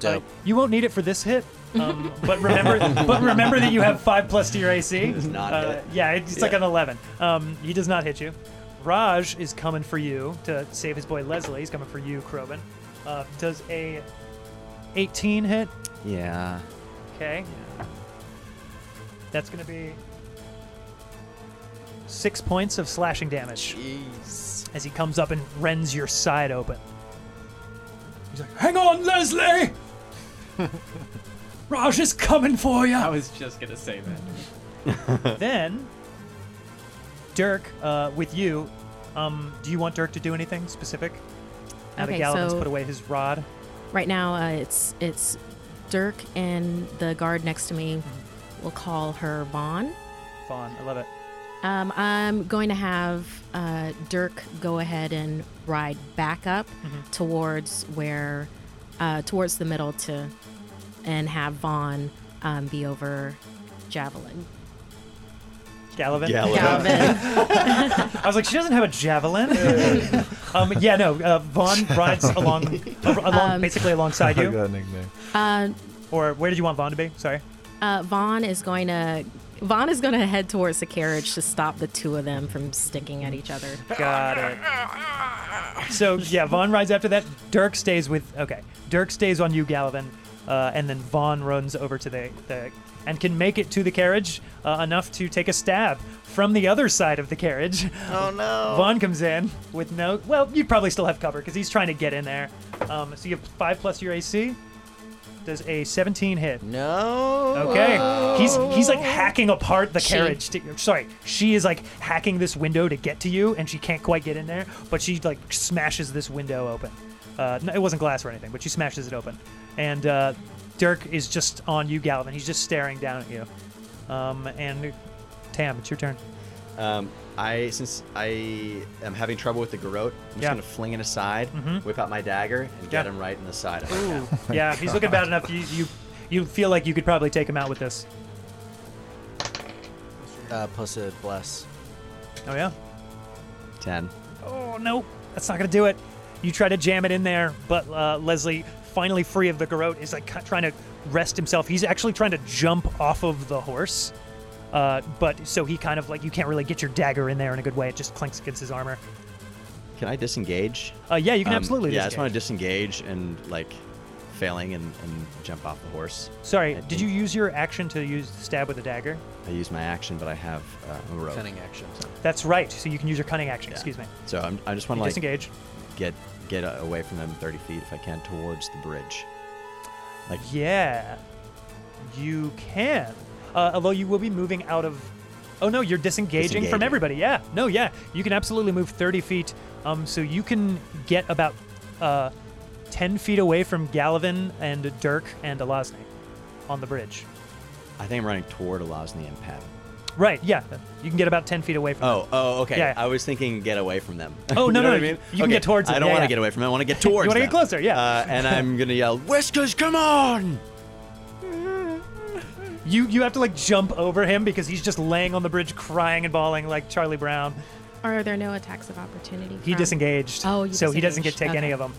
Speaker 3: Uh, you won't need it for this hit. Um, but remember, but remember that you have five plus to your AC.
Speaker 2: Does not
Speaker 3: Uh,
Speaker 2: hit.
Speaker 3: Yeah, it's like
Speaker 2: Yeah.
Speaker 3: an eleven. Um, he does not hit you. Raj is coming for you to save his boy Leslie. He's coming for you, Krobin. Uh, does a 18 hit?
Speaker 2: Yeah.
Speaker 3: Okay. That's gonna be six points of slashing damage. As he comes up and rends your side open.
Speaker 1: Hang on, Leslie! Raj is coming for you!
Speaker 13: I was just gonna say that.
Speaker 3: then, Dirk, uh, with you, um, do you want Dirk to do anything specific? Now that
Speaker 7: Okay,
Speaker 3: Gallivan's
Speaker 7: so-
Speaker 3: put away his rod.
Speaker 7: Right now, uh, it's it's Dirk and the guard next to me. We'll call her Vaughn.
Speaker 3: Fawn, I love it.
Speaker 7: Um, I'm going to have uh, Dirk go ahead and ride back up
Speaker 3: Mm-hmm.
Speaker 7: towards where, uh, towards the middle to, and have Vaughn um, be over javelin.
Speaker 3: Gallivan?
Speaker 7: Gallivan. Gallivan.
Speaker 3: I was like, she doesn't have a javelin. um, yeah, no. Uh, Vaughn rides along, along
Speaker 7: Um,
Speaker 3: basically alongside you.
Speaker 6: I got a nickname.
Speaker 7: Uh,
Speaker 3: Or where did you want Vaughn to be? Sorry.
Speaker 7: uh, Vaughn is going to. Vaughn is going to head towards the carriage to stop the two of them from sticking at each other.
Speaker 3: Got it. So yeah, Vaughn rides after that. Dirk stays with. Okay, Dirk stays on you, Gallivan, uh, and then Vaughn runs over to the, the and can make it to the carriage uh, enough to take a stab from the other side of the carriage.
Speaker 4: Oh no.
Speaker 3: Vaughn comes in with no. Well, you'd probably still have cover because he's trying to get in there. Um, so you have five plus your AC. Does a 17 hit?
Speaker 4: No.
Speaker 3: Okay. He's he's like hacking apart the
Speaker 4: She.
Speaker 3: carriage. To, sorry, she is like hacking this window to get to you, and she can't quite get in there. But she like smashes this window open. Uh, no, it wasn't glass or anything, but she smashes it open. And uh, Dirk is just on you, Galvin. He's just staring down at you. Um, and Tam, it's your turn.
Speaker 2: Um, I since I am having trouble with the garrote, I'm just
Speaker 3: Yeah.
Speaker 2: gonna fling it aside,
Speaker 3: Mhm.
Speaker 2: whip out my dagger, and get him right in the side. Of my
Speaker 3: Ooh.
Speaker 2: head.
Speaker 3: yeah, he's looking bad enough. You, you you feel like you could probably take him out with this.
Speaker 4: Uh, plus a bless.
Speaker 3: Oh yeah.
Speaker 2: Ten.
Speaker 3: Oh no, that's not gonna do it. You try to jam it in there, but uh, Leslie, finally free of the garrote, is like ki- trying to rest himself. He's actually trying to jump off of the horse, uh, but so he kind of like you can't really get your dagger in there in a good way. It just clinks against his armor.
Speaker 2: Can I disengage?
Speaker 3: Uh, yeah, you can
Speaker 2: Um,
Speaker 3: absolutely.
Speaker 2: Yeah, I just want to disengage and like failing and, and jump off the horse.
Speaker 3: Sorry, did you use your action to use stab with a dagger?
Speaker 2: I use my action, but I have uh, a rope.
Speaker 4: Cunning action.
Speaker 3: That's right. So you can use your cunning action. Excuse me.
Speaker 2: So I'm, I just want
Speaker 3: You
Speaker 2: to like
Speaker 3: disengage.
Speaker 2: Get get uh, away from them 30 feet if I can towards the bridge. Like
Speaker 3: Yeah, you can. Uh, although you will be moving out of. Oh no, you're disengaging, from
Speaker 2: Disengaging.
Speaker 3: everybody. Yeah, no, yeah, you can absolutely move 30 feet. Um, so you can get about uh, 10 feet away from Gallivan and Dirk and Alosny on the bridge.
Speaker 2: I think I'm running toward Elosny and Pat.
Speaker 3: Right. Yeah, you can get about 10 feet away from.
Speaker 2: Oh, oh, okay.
Speaker 3: Yeah.
Speaker 2: I was thinking get away from them.
Speaker 3: Oh,
Speaker 2: You
Speaker 3: no,
Speaker 2: know
Speaker 3: no,
Speaker 2: what I
Speaker 3: you-
Speaker 2: mean?
Speaker 3: you can get towards
Speaker 2: I
Speaker 3: them.
Speaker 2: don't
Speaker 3: Yeah,
Speaker 2: want to
Speaker 3: yeah.
Speaker 2: get away from them. I want to get
Speaker 3: You
Speaker 2: towards.
Speaker 3: wanna
Speaker 2: want
Speaker 3: get closer, yeah.
Speaker 2: Uh, and I'm gonna yell, "Whiskers, come on!"
Speaker 3: You you have to like jump over him because he's just laying on the bridge crying and bawling like Charlie Brown.
Speaker 7: Are there no attacks of opportunity?
Speaker 3: He
Speaker 7: from-
Speaker 3: disengaged.
Speaker 7: Oh, you
Speaker 3: so he doesn't get
Speaker 7: disengaged.
Speaker 3: to take any
Speaker 7: Okay.
Speaker 3: of them.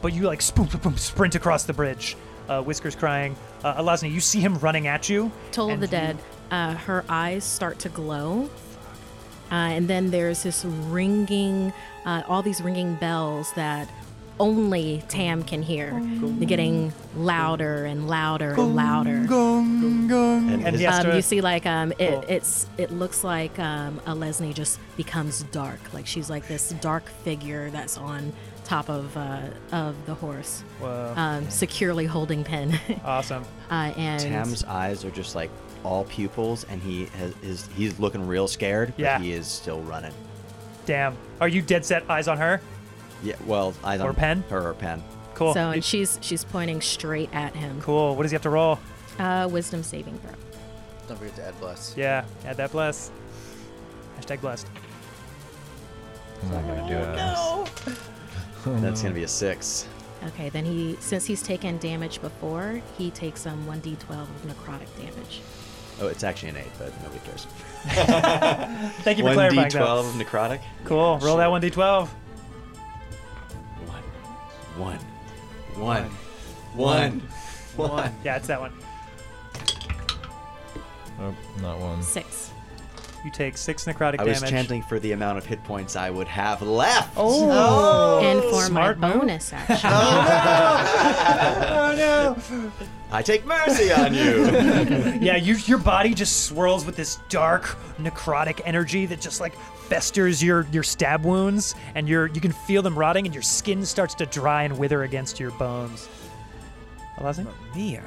Speaker 3: But you like spoom, spoom, spoom, sprint across the bridge. Uh, Whiskers crying. Uh, Alazny, you see him running at you.
Speaker 7: Toll of
Speaker 3: and
Speaker 7: the
Speaker 3: you-
Speaker 7: Dead, uh, her eyes start to glow. Uh, and then there's this ringing, uh, all these ringing bells that only Tam can hear. They're getting louder and louder and louder.
Speaker 3: And, he has
Speaker 7: Um,
Speaker 3: to-
Speaker 7: you see, like um, it, it's it looks like um, a Lesney just becomes dark. Like she's like this dark figure that's on top of uh, of the horse,
Speaker 2: Whoa.
Speaker 7: um, securely holding Pin.
Speaker 3: awesome.
Speaker 7: uh, and
Speaker 2: Tam's eyes are just like all pupils, and he has is he's looking real scared.
Speaker 3: Yeah.
Speaker 2: but he is still running.
Speaker 3: Damn. Are you dead set eyes on her?
Speaker 2: Yeah, well, eyes
Speaker 3: Or
Speaker 2: on
Speaker 3: pen?
Speaker 2: her or pen.
Speaker 3: Cool.
Speaker 7: So and she's she's pointing straight at him.
Speaker 3: Cool. What does he have to roll?
Speaker 7: Uh, wisdom saving throw.
Speaker 4: Don't forget to add bless.
Speaker 3: Yeah. Add that bless. Hashtag blessed.
Speaker 2: I'm
Speaker 6: Oh,
Speaker 2: not gonna do it. That's gonna be a six.
Speaker 7: Okay, then he since he's taken damage before, he takes um one d12 of necrotic damage.
Speaker 2: Oh, it's actually an eight, but nobody cares.
Speaker 3: Thank you for
Speaker 2: One
Speaker 3: clarifying that.
Speaker 2: D12 necrotic.
Speaker 3: Cool.
Speaker 2: Yeah,
Speaker 3: Roll
Speaker 2: shit.
Speaker 3: that one d12.
Speaker 12: One.
Speaker 13: One.
Speaker 3: One. Yeah, it's that one.
Speaker 6: Nope, Oh, not one.
Speaker 7: Six.
Speaker 3: You take six necrotic
Speaker 2: I was
Speaker 3: damage.
Speaker 2: chanting for the amount of hit points I would have left.
Speaker 7: Oh, and for
Speaker 3: smart
Speaker 7: my
Speaker 3: move.
Speaker 7: bonus action.
Speaker 2: oh
Speaker 3: no!
Speaker 2: I take mercy on you.
Speaker 3: yeah, you, your body just swirls with this dark necrotic energy that just like festers your your stab wounds, and your you can feel them rotting, and your skin starts to dry and wither against your bones. Alessi?
Speaker 11: Mia,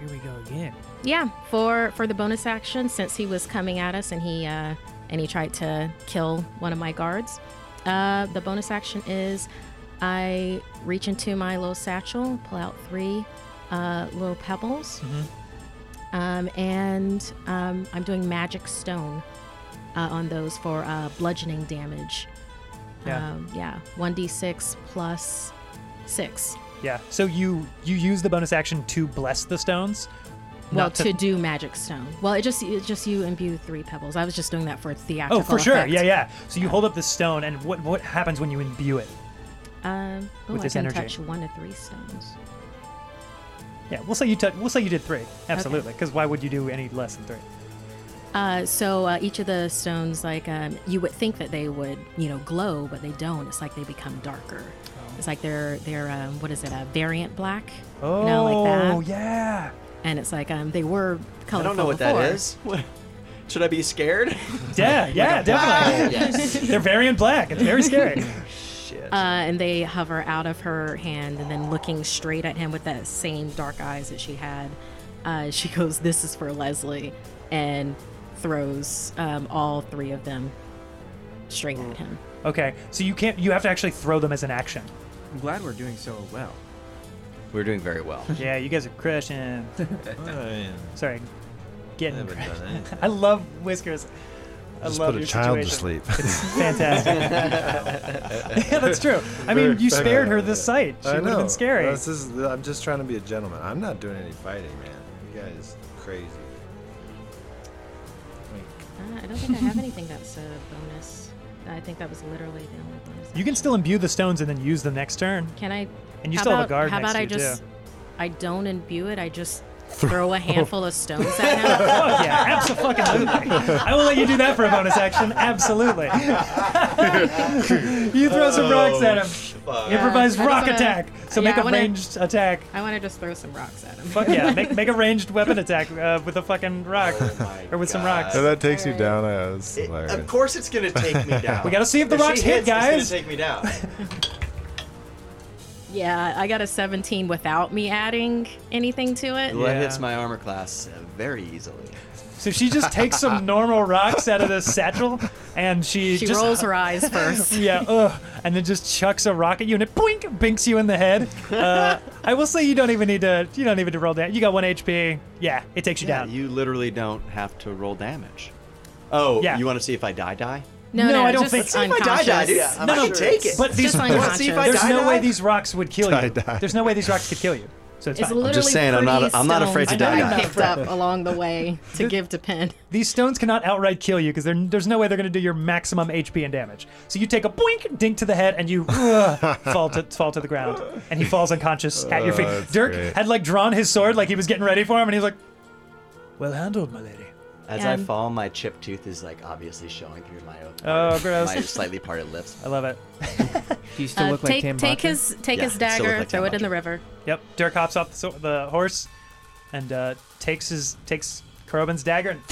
Speaker 11: here we go again.
Speaker 7: Yeah, for for the bonus action, since he was coming at us and he uh, and he tried to kill one of my guards, uh, the bonus action is I reach into my little satchel, pull out three uh, little pebbles, um, and um, I'm doing magic stone uh, on those for uh, bludgeoning damage.
Speaker 3: Yeah.
Speaker 7: um, yeah, one d six plus six.
Speaker 3: Yeah. So you you use the bonus action to bless the stones.
Speaker 7: Well,
Speaker 3: not
Speaker 7: to, do magic stone. Well, it just it just you imbue three pebbles. I was just doing that for theatrical.
Speaker 3: Oh, for sure.
Speaker 7: effect.
Speaker 3: Yeah, yeah. So you hold up the stone, and what what happens when you imbue it?
Speaker 7: Um, oh,
Speaker 3: With
Speaker 7: I
Speaker 3: this
Speaker 7: can
Speaker 3: energy.
Speaker 7: touch one to three stones.
Speaker 3: Yeah, we'll say you t- we'll say you did three. Absolutely, because why would you do any less than three?
Speaker 7: Uh, so uh, each of the stones, like um, you would think that they would, you know, glow, but they don't. It's like they become darker. It's like they're they're um, what is it? A variant black. you know,
Speaker 2: Oh,
Speaker 7: like that.
Speaker 3: yeah.
Speaker 7: And it's like um, they were
Speaker 2: I
Speaker 7: colorful.
Speaker 2: don't know what
Speaker 7: before.
Speaker 2: that is. What? Should I be scared?
Speaker 3: Yeah, yeah, definitely. They're variant black. It's very scary.
Speaker 7: Uh, and they hover out of her hand, and then looking straight at him with that same dark eyes that she had, uh, she goes, "This is for Leslie," and throws um, all three of them straight at him.
Speaker 3: Okay, so you can't. You have to actually throw them as an action.
Speaker 8: I'm glad we're doing so well.
Speaker 2: We're doing very well.
Speaker 3: Yeah, you guys are crushing. Sorry, getting.
Speaker 6: Haven't
Speaker 3: crushed.
Speaker 6: done anything.
Speaker 3: I love whiskers. I
Speaker 6: Just
Speaker 3: love
Speaker 6: put a
Speaker 3: your
Speaker 6: child to
Speaker 3: situation.
Speaker 6: sleep.
Speaker 3: It's fantastic. yeah, that's true. I mean, you spared her this sight. She
Speaker 6: I
Speaker 3: would have
Speaker 6: know.
Speaker 3: been scary.
Speaker 6: This is, I'm just trying to be a gentleman. I'm not doing any fighting, man. You guys are crazy.
Speaker 7: Uh, I don't think I have anything that's a bonus. I think that was literally the only bonus.
Speaker 3: You can still imbue the stones and then use them next turn.
Speaker 7: Can I?
Speaker 3: And you
Speaker 7: how
Speaker 3: still
Speaker 7: about,
Speaker 3: have a guard
Speaker 7: How
Speaker 3: next
Speaker 7: about
Speaker 3: to
Speaker 7: I
Speaker 3: you,
Speaker 7: just?
Speaker 3: too.
Speaker 7: I don't imbue it. I just throw a handful of stones at him.
Speaker 3: Oh yeah, absolutely. I will let you do that for a bonus action. Absolutely. you throw some rocks at him.
Speaker 2: Oh.
Speaker 3: Improvise
Speaker 7: I just
Speaker 3: rock
Speaker 7: wanna-
Speaker 3: attack. So
Speaker 7: yeah,
Speaker 3: make
Speaker 7: I
Speaker 3: a
Speaker 7: wanna-
Speaker 3: ranged attack.
Speaker 7: I want to just throw some rocks at him.
Speaker 3: Fuck yeah, make, make a ranged weapon attack uh, with a fucking rock or with some rocks.
Speaker 6: If that takes you down, uh, it's hilarious.
Speaker 2: Of course, it's gonna take me down.
Speaker 3: We gotta see if the
Speaker 2: she
Speaker 3: rocks hit,
Speaker 2: hits,
Speaker 3: guys.
Speaker 2: It's gonna take me down.
Speaker 7: Yeah, I got a 17 without me adding anything to it.
Speaker 2: Well, that hits my armor class uh, very easily.
Speaker 3: So she just takes some normal rocks out of this satchel and she
Speaker 7: She
Speaker 3: just-
Speaker 7: rolls her eyes first.
Speaker 3: yeah, ugh, and then just chucks a rock at you and it boink binks you in the head. Uh, I will say you don't even need to you don't even need to roll down. You got one HP. Yeah, it takes you
Speaker 2: Yeah,
Speaker 3: down.
Speaker 2: You literally don't have to roll damage. Oh,
Speaker 3: Yeah.
Speaker 2: you want to see if I die? Die?
Speaker 7: No, no,
Speaker 3: I don't
Speaker 7: just
Speaker 3: think.
Speaker 7: See if I die, die, dude. unconscious. I'm
Speaker 3: no, no,
Speaker 7: sure it's-
Speaker 3: But
Speaker 7: It's
Speaker 3: these,
Speaker 7: just unconscious.
Speaker 2: See if I
Speaker 3: there's
Speaker 2: die,
Speaker 3: no
Speaker 2: die?
Speaker 3: way these rocks would kill you.
Speaker 6: Die, die.
Speaker 3: There's no way these rocks could kill you. So it's,
Speaker 7: It's
Speaker 3: fine.
Speaker 7: literally
Speaker 2: saying, I'm not-
Speaker 7: three
Speaker 2: I'm not afraid to
Speaker 7: stones
Speaker 2: die,
Speaker 7: that
Speaker 2: die.
Speaker 7: I picked up along the way to give to Penn.
Speaker 3: These stones cannot outright kill you because there's no way they're going to do your maximum HP and damage. So you take a boink, dink to the head, and you ugh, fall to fall to the ground, and he falls unconscious at your
Speaker 6: Oh,
Speaker 3: feet.
Speaker 6: that's
Speaker 3: Dirk
Speaker 6: great.
Speaker 3: had like drawn his sword, like he was getting ready for him, and he's like, "Well handled, my lady."
Speaker 2: As I
Speaker 3: And-
Speaker 2: fall, my chip tooth is like obviously showing through my open,
Speaker 3: Oh, gross.
Speaker 2: my slightly parted lips.
Speaker 3: I love it.
Speaker 8: Do you still
Speaker 7: Uh,
Speaker 8: look like
Speaker 7: take
Speaker 8: Tim
Speaker 7: take
Speaker 8: Bachman?
Speaker 7: his take
Speaker 2: Yeah,
Speaker 7: his
Speaker 2: still look
Speaker 7: dagger,
Speaker 2: like
Speaker 7: throw
Speaker 2: Tim
Speaker 7: it in the river.
Speaker 3: Yep. Dirk hops off the, so- the horse, and uh, takes his takes Corobin's dagger and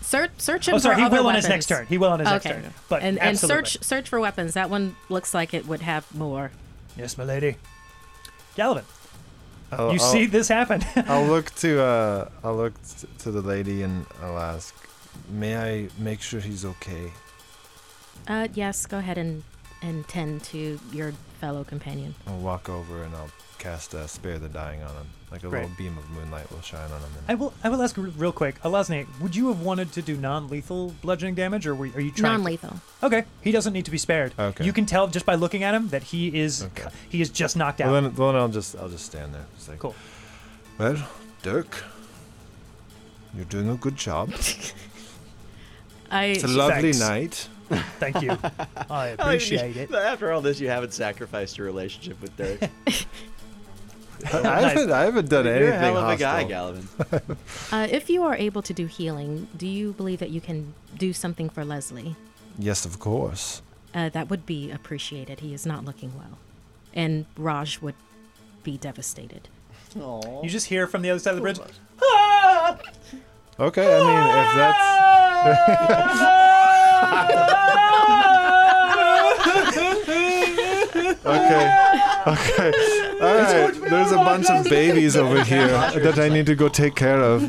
Speaker 7: Search search him
Speaker 3: Oh, sorry,
Speaker 7: for
Speaker 3: he
Speaker 7: other
Speaker 3: will on his
Speaker 7: weapons.
Speaker 3: next turn. He will on his next
Speaker 7: okay.
Speaker 3: turn. But
Speaker 7: and, and
Speaker 3: absolutely.
Speaker 7: search search for weapons. That one looks like it would have more.
Speaker 3: Yes, my lady. Gallivan,
Speaker 6: I'll-
Speaker 3: you
Speaker 6: I'll-
Speaker 3: see this happen.
Speaker 6: I'll look to uh, I'll look t- to the lady and I'll ask, "May I make sure he's okay?"
Speaker 7: Uh, yes, go ahead and and tend to your fellow companion.
Speaker 6: I'll walk over and I'll cast uh, "Spare the Dying" on him. Like a
Speaker 3: Great.
Speaker 6: little beam of moonlight will shine on him.
Speaker 3: I will. I will ask r- real quick, Alasne, would you have wanted to do non-lethal bludgeoning damage, or were, are you trying? to-
Speaker 7: Non-lethal.
Speaker 3: okay, he doesn't need to be spared.
Speaker 6: Okay.
Speaker 3: You can tell just by looking at him that he is
Speaker 6: Okay.
Speaker 3: he is just knocked out.
Speaker 6: Well, then, well, then I'll just I'll just stand there. It's like,
Speaker 3: Cool.
Speaker 6: Well, Dirk, you're doing a good job.
Speaker 7: I
Speaker 6: It's a lovely night.
Speaker 3: Thank you.
Speaker 1: Oh,
Speaker 3: I appreciate it.
Speaker 2: After all this, you haven't sacrificed your relationship with Dirk.
Speaker 6: I haven't, I haven't done
Speaker 2: You're a
Speaker 6: anything
Speaker 2: hell of a
Speaker 6: hostile.
Speaker 2: guy, Galvin.
Speaker 7: Uh, if you are able to do healing, do you believe that you can do something for Leslie?
Speaker 6: yes, of course.
Speaker 7: Uh, that would be appreciated. He is not looking well. And Raj would be devastated.
Speaker 3: You just hear from the other side of the bridge.
Speaker 6: Okay, I mean, if
Speaker 3: Ah!
Speaker 6: that's. okay. Okay. All right. There's a bunch of babies over here that I need to go take care of.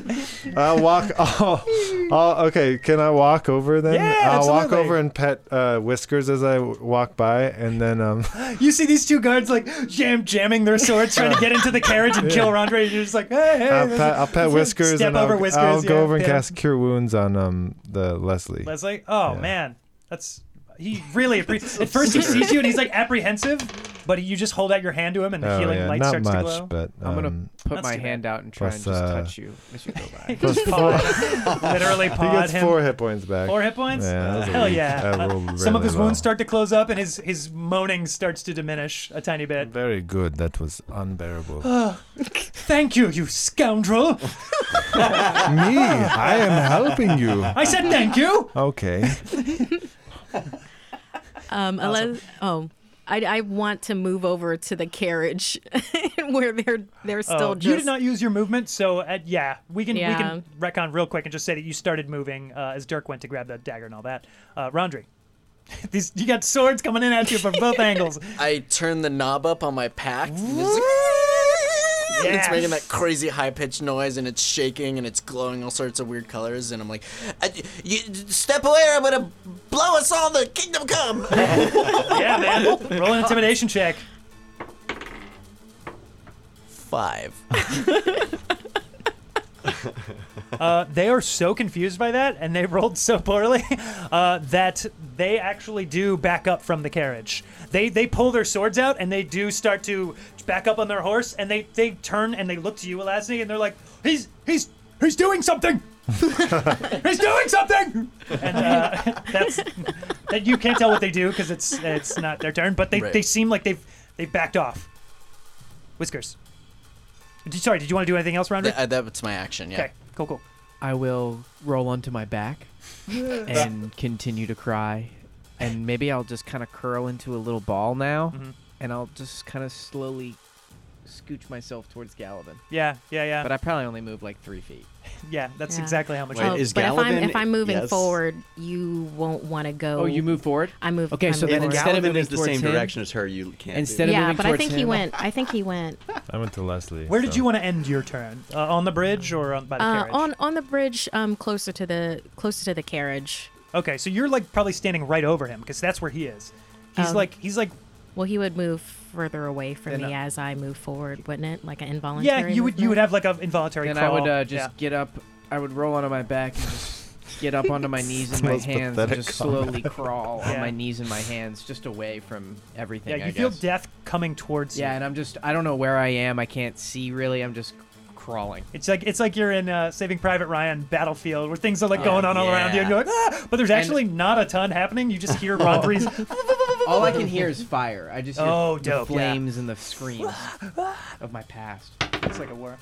Speaker 6: I'll walk. Oh, oh, okay. Can I walk over then?
Speaker 3: Yeah,
Speaker 6: I'll walk
Speaker 3: absolutely.
Speaker 6: over and pet uh, Whiskers as I w- walk by, and then um.
Speaker 3: You see these two guards like jam jamming their swords, trying to get into the carriage and kill Rondre. You're just like, hey, hey.
Speaker 6: I'll
Speaker 3: that's
Speaker 6: pet,
Speaker 3: it.
Speaker 6: I'll pet
Speaker 3: That's it.
Speaker 6: Whiskers
Speaker 3: Step
Speaker 6: and
Speaker 3: over
Speaker 6: I'll,
Speaker 3: Whiskers.
Speaker 6: I'll go
Speaker 3: yeah,
Speaker 6: over and
Speaker 3: yeah.
Speaker 6: cast Cure Wounds on um the Leslie.
Speaker 3: Leslie. Oh man, that's he really appreciates. At first he sees you and he's like apprehensive, but you just hold out your hand to him and the
Speaker 6: Oh,
Speaker 3: healing
Speaker 6: yeah,
Speaker 3: light
Speaker 6: not
Speaker 3: starts
Speaker 6: much,
Speaker 3: to glow.
Speaker 6: but,
Speaker 8: I'm gonna
Speaker 6: um,
Speaker 8: put
Speaker 3: That's
Speaker 8: my
Speaker 3: too
Speaker 8: hand
Speaker 3: bad.
Speaker 8: out and try
Speaker 6: Plus,
Speaker 8: and just
Speaker 6: uh,
Speaker 8: touch you as you go by.
Speaker 3: Plus Just four. pod him. Literally
Speaker 6: He
Speaker 3: pod
Speaker 6: gets
Speaker 3: him.
Speaker 6: four hit points back.
Speaker 3: Four hit points?
Speaker 6: Yeah, that was a
Speaker 3: Hell
Speaker 6: weak-
Speaker 3: yeah.
Speaker 6: that rolled
Speaker 3: Some of
Speaker 6: really
Speaker 3: his
Speaker 6: well.
Speaker 3: wounds start to close up and his his moaning starts to diminish a tiny bit.
Speaker 6: Very good. That was unbearable.
Speaker 3: Oh, thank you, you scoundrel.
Speaker 6: Me, I am helping you.
Speaker 3: I said thank you.
Speaker 6: Okay.
Speaker 7: Um, unless, oh, I, I want to move over to the carriage where they're they're still
Speaker 3: Oh,
Speaker 7: just.
Speaker 3: You did not use your movement, so uh, yeah, we can
Speaker 7: Yeah.
Speaker 3: we can retcon real quick and just say that you started moving uh, as Dirk went to grab that dagger and all that. Uh, Rondri, these you got swords coming in at you from both angles.
Speaker 4: I turn the knob up on my pack. and it's like- and It's
Speaker 3: Yeah.
Speaker 4: making that crazy high pitched noise, and it's shaking, and it's glowing all sorts of weird colors. And I'm like, I, you, "Step away! or I'm gonna blow us all the kingdom come."
Speaker 3: yeah, man. Roll an intimidation check.
Speaker 4: Five.
Speaker 3: Uh, they are so confused by that, and they rolled so poorly uh, that they actually do back up from the carriage. They they pull their swords out and they do start to back up on their horse, and they they turn and they look to you, Elasni, and they're like, "He's he's he's doing something! he's doing something!" And uh, that's that you can't tell what they do because it's it's not their turn, but they
Speaker 14: Right.
Speaker 3: they seem like they've they've backed off. Whiskers. Did- Sorry, did you want to do anything else, Rounder?
Speaker 4: Th- uh, that was my action. Yeah.
Speaker 3: Okay, cool, cool.
Speaker 8: I will roll onto my back and continue to cry. And maybe I'll just kind of curl into a little ball now. And I'll just kind of slowly scooch myself towards Gallivan.
Speaker 3: Yeah, yeah, yeah.
Speaker 8: But I probably only move like three feet.
Speaker 3: Yeah, that's
Speaker 7: Yeah.
Speaker 3: exactly how much.
Speaker 8: Wait,
Speaker 7: Oh,
Speaker 8: is
Speaker 7: but if I'm
Speaker 8: Gallivan-
Speaker 7: if I'm moving
Speaker 8: yes.
Speaker 7: forward, you won't want to go.
Speaker 8: Oh, you move forward?
Speaker 7: I move.
Speaker 8: Okay,
Speaker 7: I
Speaker 8: so
Speaker 7: move
Speaker 8: then
Speaker 7: forward.
Speaker 8: instead of
Speaker 2: Gallivan
Speaker 8: moving
Speaker 2: is the
Speaker 8: towards
Speaker 2: same
Speaker 8: him-
Speaker 2: direction as her, you can't do
Speaker 8: Instead of
Speaker 7: yeah,
Speaker 8: moving
Speaker 7: but I
Speaker 8: towards
Speaker 7: think he
Speaker 8: him-
Speaker 7: went. I think he went
Speaker 6: I went to Leslie.
Speaker 3: Where did you want to end your turn? Uh, on the bridge or on by the
Speaker 7: uh,
Speaker 3: carriage?
Speaker 7: on on the bridge, um, closer to the closer to the carriage.
Speaker 3: okay, so you're like probably standing right over him because that's where he is. He's
Speaker 7: Um,
Speaker 3: like he's like
Speaker 7: Well, he would move further away from
Speaker 3: Then,
Speaker 7: me
Speaker 3: uh,
Speaker 7: as I move forward, wouldn't it? Like an involuntary.
Speaker 3: yeah. You would you would
Speaker 7: movement?
Speaker 3: have like an involuntary.
Speaker 8: Then I
Speaker 3: crawl.
Speaker 8: would uh, just
Speaker 3: Yeah.
Speaker 8: get up. I would roll onto my back and just get up onto my knees and my
Speaker 3: Most
Speaker 8: hands and
Speaker 3: pathetic
Speaker 8: just
Speaker 3: comment.
Speaker 8: slowly crawl on
Speaker 3: Yeah.
Speaker 8: my knees and my hands just away from everything.
Speaker 3: Yeah,
Speaker 8: I
Speaker 3: you feel
Speaker 8: guess.
Speaker 3: death coming towards you.
Speaker 8: Yeah, and I'm just I don't know where I am. I can't see really. I'm just crawling.
Speaker 3: It's like it's like you're in uh, Saving Private Ryan battlefield where things are like
Speaker 8: Oh, Yeah.
Speaker 3: going on all around you, and you're like, ah! but there's
Speaker 8: And- Oh.
Speaker 3: actually not a ton happening. You just hear Rodri's.
Speaker 8: All I can hear is fire. I just hear
Speaker 3: Oh,
Speaker 8: the
Speaker 3: dope, yeah.
Speaker 8: flames and the screams of my past.
Speaker 3: It's like a war.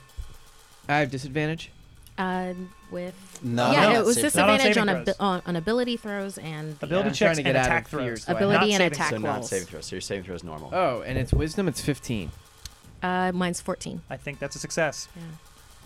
Speaker 8: I have disadvantage.
Speaker 7: Uh, with
Speaker 8: Not
Speaker 7: yeah,
Speaker 8: on
Speaker 7: it was
Speaker 8: saving-
Speaker 7: disadvantage
Speaker 8: Not on
Speaker 7: on,
Speaker 8: saving
Speaker 7: abi-
Speaker 8: throws.
Speaker 7: on on ability throws and the,
Speaker 3: Ability
Speaker 7: uh,
Speaker 3: checks and attack throws.
Speaker 7: Ability and
Speaker 2: saving-
Speaker 7: attack
Speaker 2: so not
Speaker 7: rolls.
Speaker 2: saving throw. So your saving throw is normal.
Speaker 8: Oh, and it's wisdom. It's 15.
Speaker 7: Uh, mine's fourteen.
Speaker 3: I think that's a success.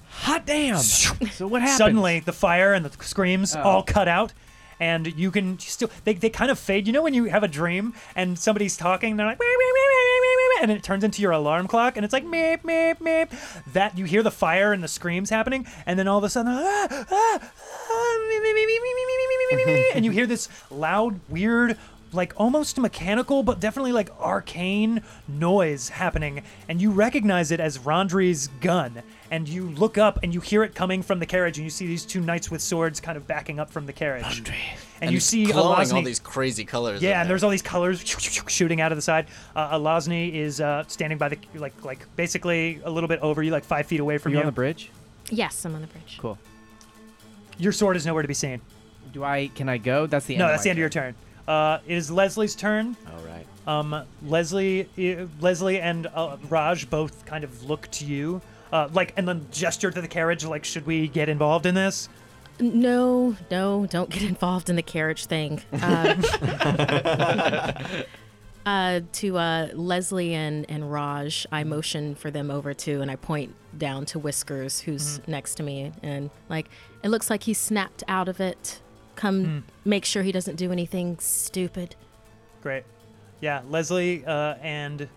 Speaker 8: Hot damn! so what happened?
Speaker 3: Suddenly, the fire and the screams
Speaker 8: Oh.
Speaker 3: all cut out, and you can still they, they kind of fade. You know when you have a dream and somebody's talking, they're like, "Meep, meep, meep, meep, meep, meep," and it turns into your alarm clock, and it's like meep meep meep. That you hear the fire and the screams happening, and then all of a sudden, "Ah, ah, ah, meep, meep, meep, meep, meep, meep, meep, meep, meep, meep," and you hear this loud, weird. Like almost mechanical, but definitely like arcane noise happening, and you recognize it as Rondri's gun and you look up and you hear it coming from the carriage, and you see these two knights with swords kind of backing up from the carriage. And, you
Speaker 4: it's
Speaker 3: see
Speaker 4: glowing all
Speaker 3: Alazny-
Speaker 4: these crazy colors.
Speaker 3: yeah,
Speaker 4: in
Speaker 3: and
Speaker 4: there.
Speaker 3: there's all these colors shooting out of the side. Uh, Alazny is uh, standing by the like like basically a little bit over you, like five feet away from
Speaker 8: you
Speaker 3: you.
Speaker 8: on the bridge?
Speaker 7: Yes, I'm on the bridge.
Speaker 8: Cool.
Speaker 3: Your sword is nowhere to be seen.
Speaker 8: Do I? Can I go? That's the end.
Speaker 3: no,
Speaker 8: of
Speaker 3: that's
Speaker 8: my
Speaker 3: the end of your turn. Uh, it is Leslie's turn.
Speaker 12: All right.
Speaker 3: Um, Leslie, eh, Leslie and uh, Raj both kind of look to you, uh, like, and then gesture to the carriage, like, should we get involved in this?
Speaker 7: No, no, don't get involved in the carriage thing. Um, uh, to uh, Leslie and, and Raj, I motion for them over to, and I point down to Whiskers, who's
Speaker 3: Mm.
Speaker 7: next to me, and like, it looks like he snapped out of it. Come
Speaker 3: Mm.
Speaker 7: make sure he doesn't do anything stupid.
Speaker 3: Great. Yeah, Leslie uh, and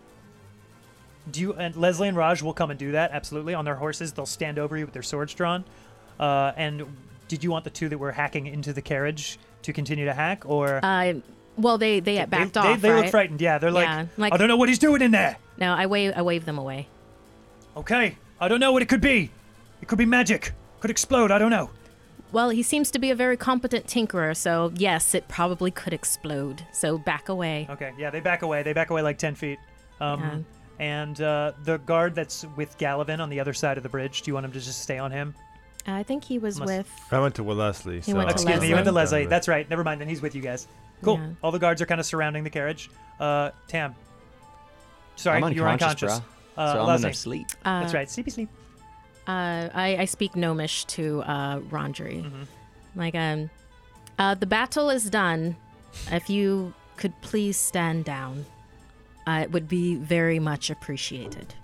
Speaker 3: do you and Leslie and Raj will come and do that absolutely on their horses. They'll stand over you with their swords drawn. Uh, and did you want the two that were hacking into the carriage to continue to hack, or
Speaker 7: Uh, well, they they had backed
Speaker 3: they,
Speaker 7: off.
Speaker 3: They, look
Speaker 7: right?
Speaker 3: frightened. Yeah, they're
Speaker 7: Yeah,
Speaker 3: like, I don't know what he's doing in there.
Speaker 7: No, I wave I wave them away.
Speaker 3: Okay, I don't know what it could be. It could be magic. Could explode. I don't know.
Speaker 7: Well, he seems to be a very competent tinkerer, so yes, it probably could explode. So back away.
Speaker 3: Okay, yeah, they back away. They back away like 10 feet. Um, And uh, the guard that's with Gallivan on the other side of the bridge, do you want him to just stay on him?
Speaker 7: I think he was
Speaker 3: Unless-
Speaker 7: with.
Speaker 6: I went to Leslie.
Speaker 7: He went to
Speaker 3: Excuse me, you went to
Speaker 7: Leslie.
Speaker 3: Leslie. That's right. Never mind, then he's with you guys. Cool.
Speaker 7: Yeah.
Speaker 3: All the guards are kind of surrounding the carriage. Uh, Tam. Sorry,
Speaker 2: I'm
Speaker 3: you were
Speaker 2: unconscious,
Speaker 3: unconscious.
Speaker 2: bruh.
Speaker 3: Uh,
Speaker 2: So I'm gonna
Speaker 3: Leslie.
Speaker 2: sleep.
Speaker 7: Uh,
Speaker 3: that's right. Sleepy sleep.
Speaker 7: Uh, I, I speak Gnomish to uh, Rondri. Like, um, uh, the battle is done. If you could please stand down, uh, it would be very much appreciated.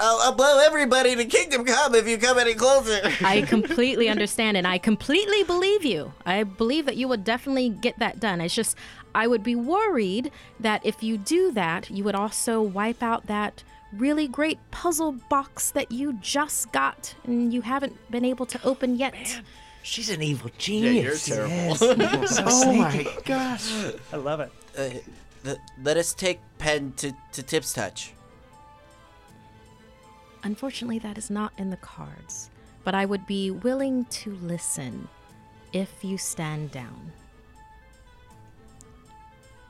Speaker 4: I'll, I'll blow everybody to Kingdom Come if you come any closer.
Speaker 7: I completely understand and I completely believe you. I believe that you would definitely get that done. It's just, I would be worried that if you do that, you would also wipe out that really great puzzle box that you just got and you haven't been able to open yet.
Speaker 4: She's an evil
Speaker 12: genius.
Speaker 4: Yeah, you're
Speaker 12: Yes.
Speaker 4: terrible.
Speaker 12: So Oh my sneaky. gosh.
Speaker 3: I love it.
Speaker 4: Uh, th- let us take Pen to, to Tip's Touch.
Speaker 7: Unfortunately, that is not in the cards, but I would be willing to listen if you stand down.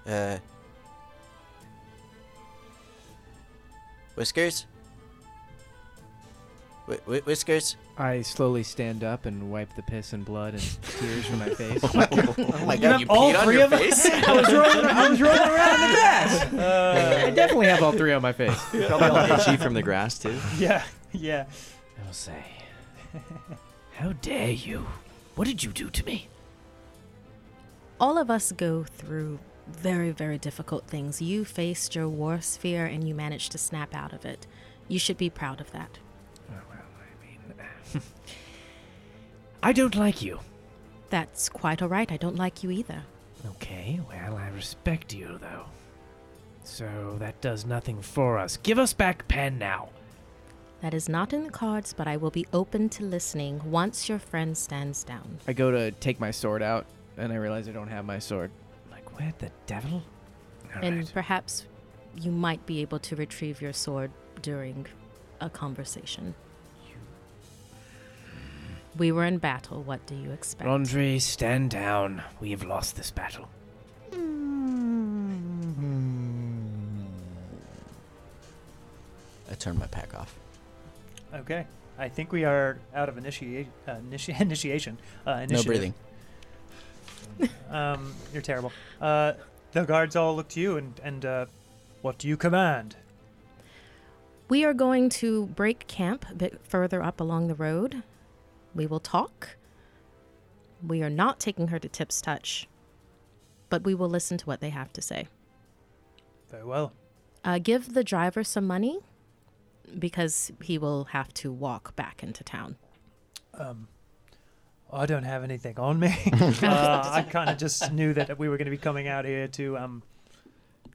Speaker 4: Uh, Whiskers? Wh- wh- whiskers?
Speaker 8: I slowly stand up and wipe the piss and blood and tears from my face.
Speaker 4: Oh my God. Oh my You God, have you
Speaker 3: all peed on three your of them? face?
Speaker 8: I was rolling, I was rolling around in the grass.
Speaker 3: Uh,
Speaker 8: I definitely have all three on my face.
Speaker 2: Probably all itchy from the grass too.
Speaker 3: Yeah, yeah.
Speaker 11: I'll say. How dare you? What did you do to me?
Speaker 7: All of us go through very, very difficult things. You faced your war sphere and you managed to snap out of it. You should be proud of that.
Speaker 11: I don't like you.
Speaker 7: That's quite all right. I don't like you either.
Speaker 11: Okay, well, I respect you, though. So that does nothing for us. Give us back Pen now.
Speaker 7: That is not in the cards, but I will be open to listening once your friend stands down.
Speaker 8: I go to take my sword out, and I realize I don't have my sword. I'm like, where the devil?
Speaker 7: and perhaps you might be able to retrieve your sword during a conversation. We were in battle. What do you expect?
Speaker 11: Rondre, stand down. We have lost this battle.
Speaker 4: I turned my pack off.
Speaker 3: Okay. I think we are out of initiation. Uh, initi- initiation. Uh, initiative.
Speaker 4: breathing.
Speaker 3: um, you're terrible. Uh, the guards all look to you and and uh, what do you command?
Speaker 7: We are going to break camp a bit further up along the road. We will talk. We are not taking her to Tip's Touch, but we will listen to what they have to say.
Speaker 3: Very well.
Speaker 7: Uh, give the driver some money because he will have to walk back into town.
Speaker 3: Um, I don't have anything on me. uh, I kind of just knew that we were going to be coming out here to um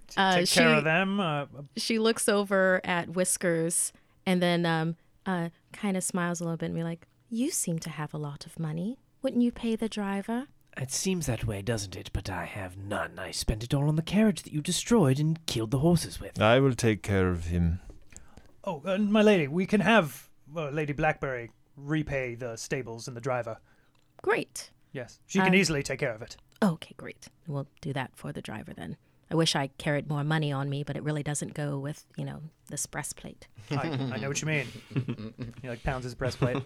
Speaker 3: to
Speaker 7: Uh,
Speaker 3: take care
Speaker 7: she-
Speaker 3: of them. Uh,
Speaker 7: She looks over at Whiskers and then um, uh, kind of smiles a little bit and be like, You seem to have a lot of money. Wouldn't you pay the driver?
Speaker 11: It seems that way, doesn't it? But I have none. I spent it all on the carriage that you destroyed and killed the horses with.
Speaker 6: I will take care of him.
Speaker 3: oh, uh, my lady, we can have uh, Lady Blackberry repay the stables and the driver.
Speaker 7: Great.
Speaker 3: Yes, she can
Speaker 7: Um,
Speaker 3: easily take care of it.
Speaker 7: Okay, great. We'll do that for the driver then. I wish I carried more money on me, but it really doesn't go with, you know, this breastplate.
Speaker 3: I, I know what you mean. he like pounds his breastplate.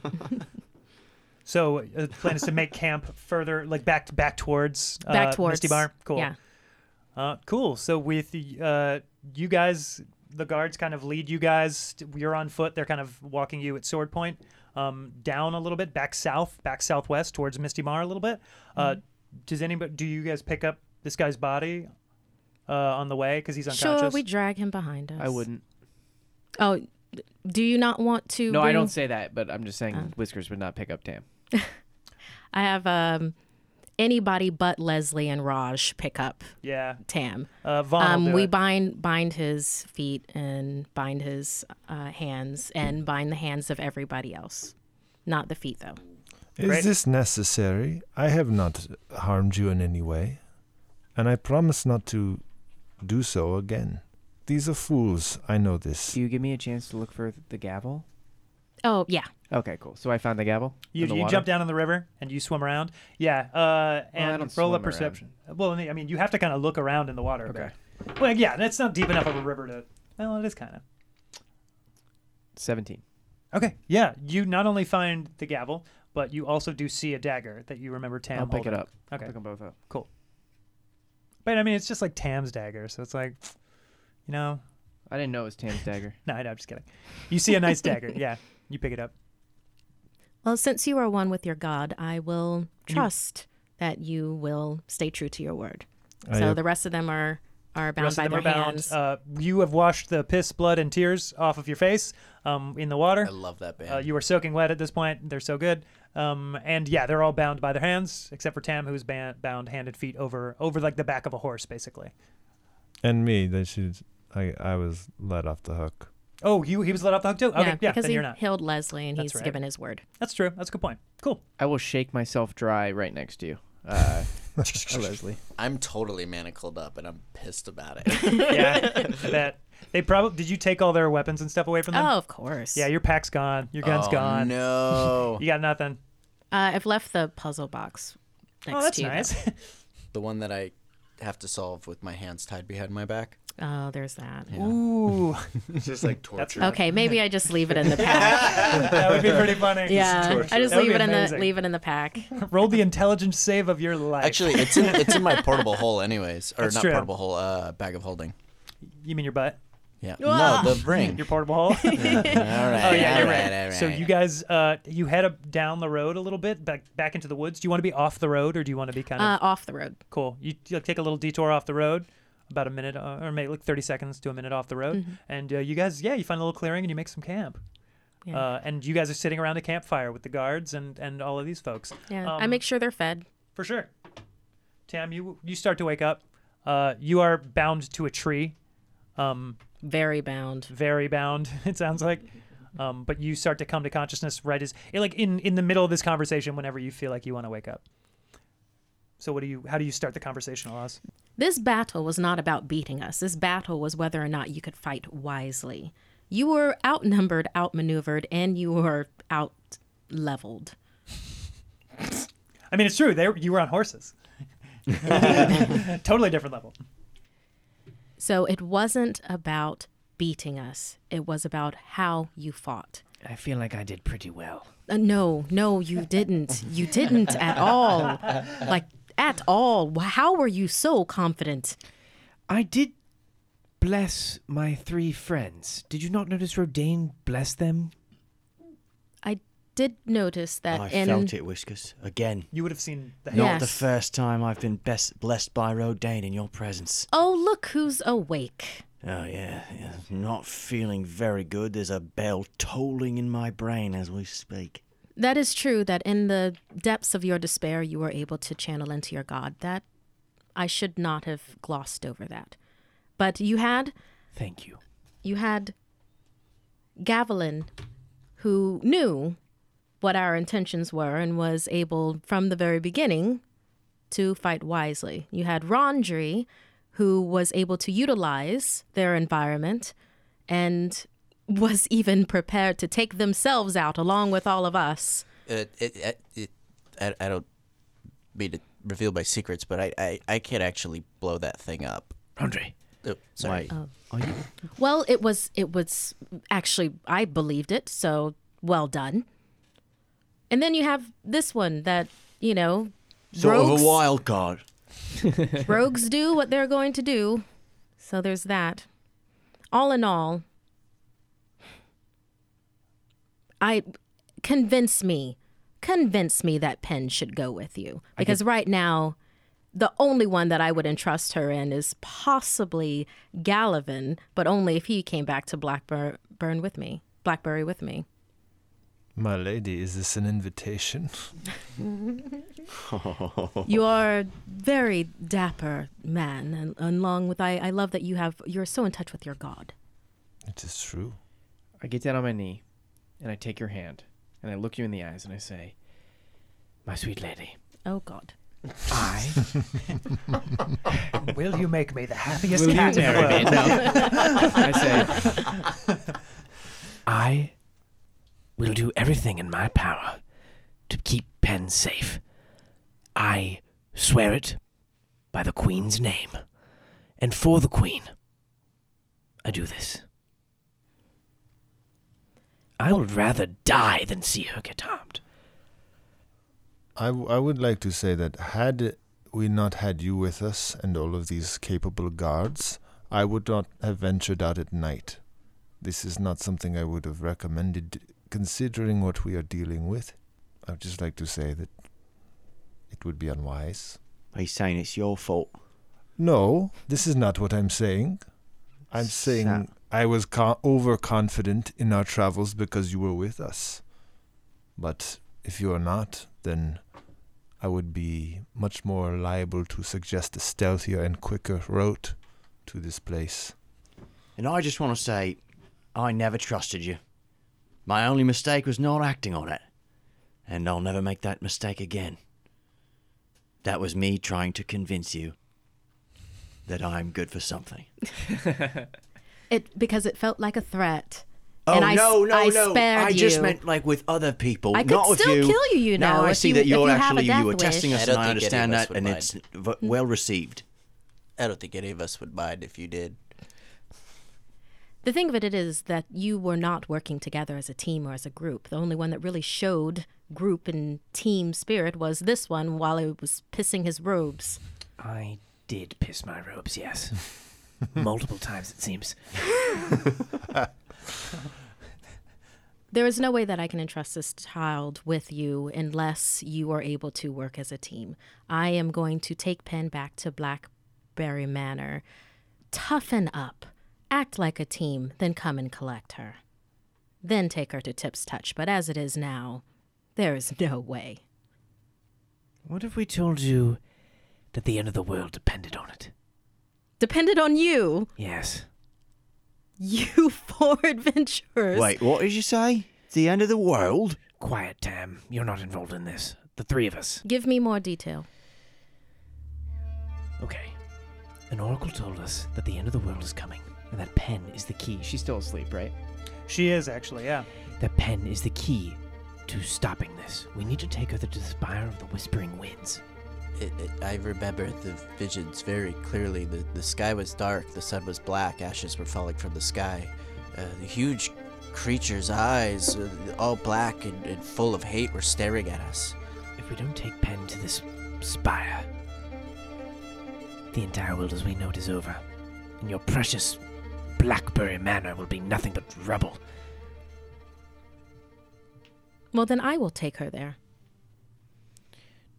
Speaker 3: So uh, plan is to make camp further, like back back towards uh,
Speaker 7: Back towards,
Speaker 3: Misty Bar. Cool.
Speaker 7: yeah.
Speaker 3: Uh, cool. So with uh, you guys, the guards kind of lead you guys. You're on foot. They're kind of walking you at sword point um, down a little bit, back south, back southwest towards Misty Mar a little bit. Uh,
Speaker 7: Mm-hmm.
Speaker 3: does anybody? Do you guys pick up this guy's body uh, on the way because he's unconscious?
Speaker 7: Sure, we drag him behind us.
Speaker 8: I wouldn't.
Speaker 7: Oh, do you Oh. not want to?
Speaker 8: No, I
Speaker 7: bring-
Speaker 8: don't say that, but I'm just saying Whiskers would not pick up Tam.
Speaker 7: I have um, anybody but Leslie and Raj pick up.
Speaker 3: Yeah.
Speaker 7: Tam.
Speaker 3: Uh, Vaughn will
Speaker 7: um,
Speaker 3: do
Speaker 7: we
Speaker 3: it.
Speaker 7: bind bind his feet and bind his uh, hands and bind the hands of everybody else, not the feet though.
Speaker 6: Is
Speaker 7: Great.
Speaker 6: this necessary? I have not harmed you in any way, and I promise not to do so again. These are fools. I know this.
Speaker 8: Do you give me a chance to look for the gavel?
Speaker 7: Oh yeah.
Speaker 8: Okay, cool. So I found the gavel.
Speaker 3: You,
Speaker 8: in the
Speaker 3: you
Speaker 8: water?
Speaker 3: jump down in the river and you swim around. Yeah, uh,
Speaker 8: Well, I
Speaker 3: and
Speaker 8: don't
Speaker 3: roll
Speaker 8: swim
Speaker 3: a
Speaker 8: around.
Speaker 3: perception. Well, I mean- I mean, you have to kind of look around in the water. Okay. Well, yeah, that's not deep enough of a river to. Well, it is kind of.
Speaker 8: 17.
Speaker 3: Okay. Yeah, you not only find the gavel, but you also do see a dagger that you remember Tam.
Speaker 8: I'll pick it
Speaker 3: holding.
Speaker 8: up. I'll
Speaker 3: Okay.
Speaker 8: pick 'em both up.
Speaker 3: Cool. But I mean, it's just like Tam's dagger, so it's like, you know.
Speaker 8: I didn't know it was Tam's dagger.
Speaker 3: no, I know. I'm just kidding. You see a nice dagger. Yeah, you pick it up.
Speaker 7: Well, since you are one with your God, I will
Speaker 3: You-
Speaker 7: trust that you will stay true to your word.
Speaker 3: I
Speaker 7: so
Speaker 3: ap-
Speaker 7: the rest of them are are bound
Speaker 3: Rest
Speaker 7: by
Speaker 3: of them
Speaker 7: their
Speaker 3: are bound.
Speaker 7: hands.
Speaker 3: Uh, you have washed the piss, blood, and tears off of your face um, in the water. I
Speaker 4: love that band.
Speaker 3: Uh, you are soaking wet at this point. They're so good. Um, and yeah, they're all bound by their hands, except for Tam, who's ban- bound hand and feet over over like the back of a horse, basically.
Speaker 6: And me, that she, I, I was let off the hook.
Speaker 3: Oh, you he was let off the hook too. Okay, yeah,
Speaker 7: because
Speaker 3: then
Speaker 7: he
Speaker 3: you're not.
Speaker 7: healed Leslie and
Speaker 3: That's
Speaker 7: he's
Speaker 3: right.
Speaker 7: given his word.
Speaker 3: That's true. That's a good point. Cool.
Speaker 8: I will shake myself dry right next to you. Uh, Leslie.
Speaker 4: I'm totally manacled up and I'm pissed about it.
Speaker 3: yeah, that they probably did. You take all their weapons and stuff away from them?
Speaker 7: Oh, of course.
Speaker 3: Yeah, your pack's gone. Your gun's
Speaker 4: Oh,
Speaker 3: gone.
Speaker 4: no.
Speaker 3: you got nothing.
Speaker 7: Uh, I've left the puzzle box next
Speaker 3: Oh, that's
Speaker 7: to you. though.
Speaker 3: nice.
Speaker 4: the one that I have to solve with my hands tied behind my back.
Speaker 7: Oh, there's that.
Speaker 3: Ooh.
Speaker 4: Just like torture.
Speaker 7: Okay, maybe I just leave it in the pack.
Speaker 3: That would be pretty funny.
Speaker 7: Yeah, I just
Speaker 3: That would
Speaker 7: leave
Speaker 3: be
Speaker 7: it in the
Speaker 3: amazing.
Speaker 7: leave it in the pack.
Speaker 3: Roll the intelligence save of your life.
Speaker 4: Actually, it's in it's in my portable hole, anyways, or
Speaker 3: That's
Speaker 4: not
Speaker 3: true.
Speaker 4: portable hole, uh, bag of holding.
Speaker 3: You mean your butt?
Speaker 4: Yeah. No, the ring.
Speaker 3: Your portable hole. all right. Ah. Oh yeah,
Speaker 4: all
Speaker 3: you're
Speaker 4: right,
Speaker 3: right.
Speaker 4: all
Speaker 3: So
Speaker 4: right.
Speaker 3: you guys, uh, you head up down the road a little bit, back back into the woods. Do you want to be off the road, or do you want to be kind of
Speaker 7: Uh, off the road.
Speaker 3: Cool. You, you take a little detour off the road, about a minute, uh, or maybe like thirty seconds to a minute off the road,
Speaker 7: Mhm.
Speaker 3: and uh, you guys, yeah, you find a little clearing and you make some camp.
Speaker 7: Yeah.
Speaker 3: Uh, and you guys are sitting around a campfire with the guards and, and all of these folks.
Speaker 7: Yeah, I
Speaker 3: Um,
Speaker 7: make sure they're fed.
Speaker 3: For sure. Tam, you you start to wake up. Uh, you are bound to a tree. Um,
Speaker 7: very bound.
Speaker 3: Very bound. It sounds like. Um, but you start to come to consciousness right as eh, like in in the middle of this conversation whenever you feel like you want to wake up. So what do you? How do you start the conversation, Oz?
Speaker 7: This battle was not about beating us. This battle was whether or not you could fight wisely. You were outnumbered, outmaneuvered, and you were out leveled.
Speaker 3: I mean, it's true. They were- you were on horses. totally different level.
Speaker 7: So it wasn't about beating us. It was about how you fought.
Speaker 11: I feel like I did pretty well.
Speaker 7: Uh, no, no, you didn't. You didn't at all. Like, at all. Wh- How were you so confident?
Speaker 11: I did bless my three friends. Did you not notice Rodane blessed them?
Speaker 7: I did notice
Speaker 2: Oh,
Speaker 7: that
Speaker 12: I
Speaker 7: in.
Speaker 12: felt it, Whiskers. Again.
Speaker 3: You would have seen the
Speaker 12: Not
Speaker 7: Yes.
Speaker 12: the first time I've been best blessed by Rodane in your presence.
Speaker 7: Oh, look who's awake.
Speaker 12: Oh, yeah, yeah. Not feeling very good. There's a bell tolling in my brain as we speak.
Speaker 7: That is true that in the depths of your despair, you were able to channel into your God. That I should not have glossed over that. But you had
Speaker 11: Thank you.
Speaker 7: you had Gavilan, who knew what our intentions were and was able from the very beginning to fight wisely. You had Rondry, who was able to utilize their environment and was even prepared to take themselves out along with all of us.
Speaker 4: Uh, It, it, it, it, I, I don't mean to reveal my secrets, but I, I, I can't actually blow that thing up.
Speaker 11: Andre.
Speaker 4: Oh, sorry.
Speaker 7: Oh. Well, it was it was actually I believed it, so well done. And then you have this one that, you know,
Speaker 2: Sort
Speaker 7: rogues,
Speaker 2: of a wild card.
Speaker 7: rogues do what they're going to do. So there's that. All in all, I convince me, convince me that Pen should go with you
Speaker 15: I
Speaker 7: because
Speaker 15: could-
Speaker 7: right now, the only one that I would entrust her in is possibly Gallivan, but only if he came back to Blackburn burn with me, Blackberry with me.
Speaker 6: My lady, is this an invitation?
Speaker 15: Oh.
Speaker 7: You are a very dapper man, and, and along with I, I love that you have you're so in touch with your god.
Speaker 6: It is true.
Speaker 16: I get down on my knee and I take your hand and I look you in the eyes and I say, My sweet lady,
Speaker 7: Oh God.
Speaker 16: I
Speaker 3: Will you make me the happiest
Speaker 16: Will you
Speaker 3: cat in the
Speaker 16: marry me?
Speaker 3: world?
Speaker 8: No.
Speaker 16: I say,
Speaker 8: I will do everything in my power to keep Penn safe. I swear it by the Queen's name. And for the Queen, I do this. I would rather die than see her get harmed.
Speaker 6: I, w- I would like to say that had we not had you with us and all of these capable guards, I would not have ventured out at night. This is not something I would have recommended, considering what we are dealing with. I would just like to say that it would be unwise.
Speaker 2: Are you saying it's your fault?
Speaker 6: No, this is not what I'm saying. I'm saying I was co- overconfident in our travels because you were with us. But if you are not, then I would be much more liable to suggest a stealthier and quicker route to this place.
Speaker 2: And I just want to say, I never trusted you. My only mistake was not acting on it. And I'll never make that mistake again. That was me trying to convince you that I'm good for something.
Speaker 7: It because it felt like a threat.
Speaker 2: Oh
Speaker 7: and I, s-
Speaker 2: no, no,
Speaker 7: I
Speaker 2: no!
Speaker 7: spared
Speaker 2: I just
Speaker 7: you.
Speaker 2: meant like with other people,
Speaker 7: I could
Speaker 2: not with
Speaker 7: still
Speaker 2: you.
Speaker 7: kill you, you
Speaker 2: Now
Speaker 7: know,
Speaker 2: I
Speaker 7: if
Speaker 2: see
Speaker 7: you-
Speaker 2: that
Speaker 7: if you
Speaker 2: you're
Speaker 7: have a
Speaker 2: actually
Speaker 7: death
Speaker 2: you were testing
Speaker 7: wish. Mm-hmm.
Speaker 2: us,
Speaker 7: I
Speaker 2: and
Speaker 7: don't
Speaker 2: I
Speaker 7: think any
Speaker 2: understand
Speaker 7: of us
Speaker 2: that,
Speaker 7: would
Speaker 2: and
Speaker 7: mind.
Speaker 2: it's v- well received.
Speaker 4: I don't think any of us would mind if you did.
Speaker 7: The thing of it is that you were not working together as a team or as a group. The only one that really showed group and team spirit was this one while he was pissing his robes.
Speaker 8: I did piss my robes, yes. Multiple times, it seems.
Speaker 7: There is no way that I can entrust this child with you unless you are able to work as a team. I am going to take Penn back to Blackberry Manor. Toughen up, act like a team, then come and collect her. Then take her to Tip's Touch, but as it is now, there is no way.
Speaker 8: What if we told you that the end of the world depended on it?
Speaker 7: Depended on you,
Speaker 8: Yes.
Speaker 7: you four adventurers.
Speaker 2: Wait, what did you say? The end of the world?
Speaker 8: Quiet, Tam. You're not involved in this. The three of us.
Speaker 7: Give me more detail.
Speaker 8: Okay. An oracle told us that the end of the world is coming, and that pen is the key. She's still asleep, right?
Speaker 3: She is actually, yeah.
Speaker 8: The pen is the key to stopping this. We need to take her to the spire of the Whispering Winds.
Speaker 4: It, it, I remember the visions very clearly. The, the sky was dark, the sun was black, ashes were falling from the sky. Uh, the huge creature's eyes, uh, all black and, and full of hate, were staring at us.
Speaker 8: If we don't take Pen to this spire, the entire world as we know it is over, and your precious Blackberry Manor will be nothing but rubble.
Speaker 7: Well, then I will take her there.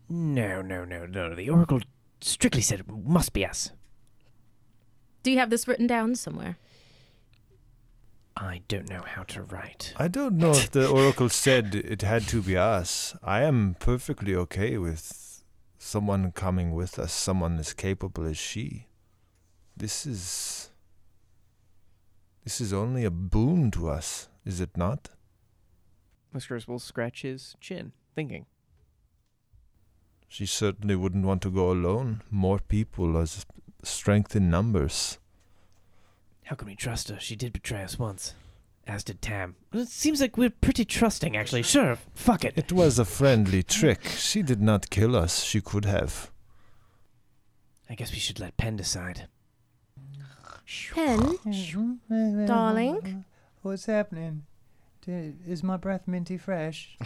Speaker 8: No, no, no, no. The oracle strictly said it must be us.
Speaker 7: Do you have this written down somewhere?
Speaker 8: I don't know how to write.
Speaker 6: I don't know if the oracle said it had to be us. I am perfectly okay with someone coming with us, someone as capable as she. This is. This is only a boon to us, is it not?
Speaker 16: Whiskers will scratch his chin, thinking.
Speaker 6: She certainly wouldn't want to go alone. More people as strength in numbers.
Speaker 8: How can we trust her? She did betray us once, as did Tam. It seems like we're pretty trusting, actually. Sure, fuck it.
Speaker 6: It was a friendly trick. She did not kill us. She could have.
Speaker 8: I guess we should let Pen decide.
Speaker 7: Pen, darling.
Speaker 17: What's happening? D- Is my breath minty fresh?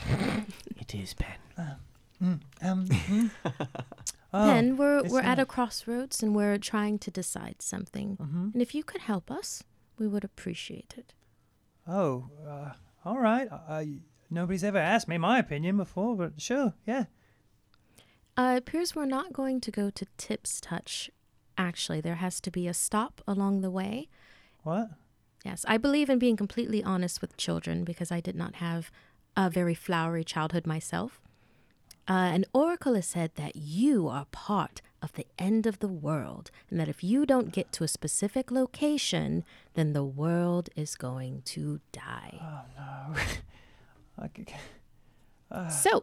Speaker 8: It
Speaker 18: it is, Pen?
Speaker 7: Then we're we're at a crossroads and we're trying to decide something. And if you could help us, we would appreciate it.
Speaker 1: Oh, uh, all right. Uh, nobody's ever asked me my opinion before, but sure, yeah.
Speaker 7: Uh, it appears we're not going to go to Tips Touch. Actually, there has to be a stop along the way.
Speaker 1: What?
Speaker 7: Yes, I believe in being completely honest with children because I did not have a very flowery childhood myself. Uh, an oracle has said that you are part of the end of the world, and that if you don't get to a specific location, then the world is going to die.
Speaker 1: Oh no!
Speaker 7: so,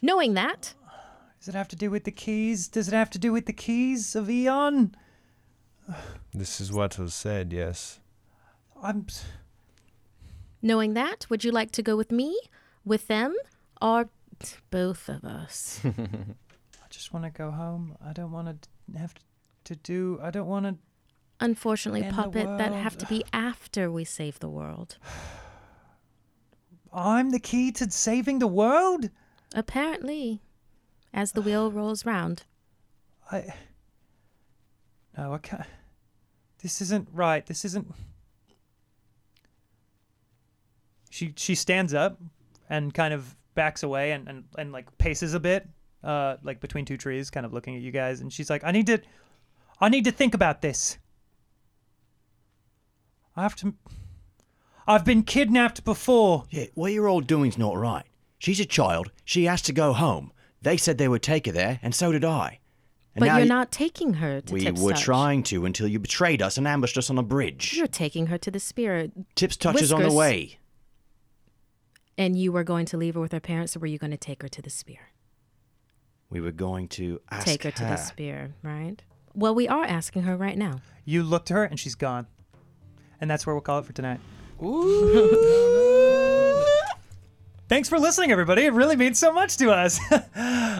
Speaker 7: knowing that,
Speaker 1: Does it have to do with the keys? Does it have to do with the keys of Eon?
Speaker 6: This is what was said, yes.
Speaker 1: I'm.
Speaker 7: knowing that, would you like to go with me, with them, or both of us?
Speaker 1: I just want to go home. I don't want to have to do. I don't want to.
Speaker 7: Unfortunately,
Speaker 1: End the
Speaker 7: puppet, that
Speaker 1: world.
Speaker 7: have to be after we save the world.
Speaker 1: I'm the key to saving the world.
Speaker 7: Apparently, as the wheel rolls round.
Speaker 1: I. No, I can't. This isn't right. This isn't. She she stands up, and kind of backs away and and, and like paces a bit, uh, like between two trees, kind of looking at you guys. And she's like, "I need to, I need to think about this. I have to. I've been kidnapped before.
Speaker 2: Yeah, what you're all doing's not right. She's a child. She has to go home. They said they would take her there, and so did I. And
Speaker 7: But
Speaker 2: now
Speaker 7: you're
Speaker 2: you-
Speaker 7: not taking her to
Speaker 2: We
Speaker 7: Tips
Speaker 2: were
Speaker 7: Touch.
Speaker 2: trying to until you betrayed us and ambushed us on a bridge.
Speaker 7: You're taking her to the spirit.
Speaker 2: Tips Touch is on the
Speaker 7: Whiskers.
Speaker 2: way.
Speaker 7: And you were going to leave her with her parents, or were you going to take her to the spear?
Speaker 2: We were going to ask
Speaker 7: take her, to the spear, right? Well, we are asking her right now.
Speaker 1: You looked at her, and she's gone. And that's where we'll call it for tonight. Thanks for listening, everybody. It really means so much to us.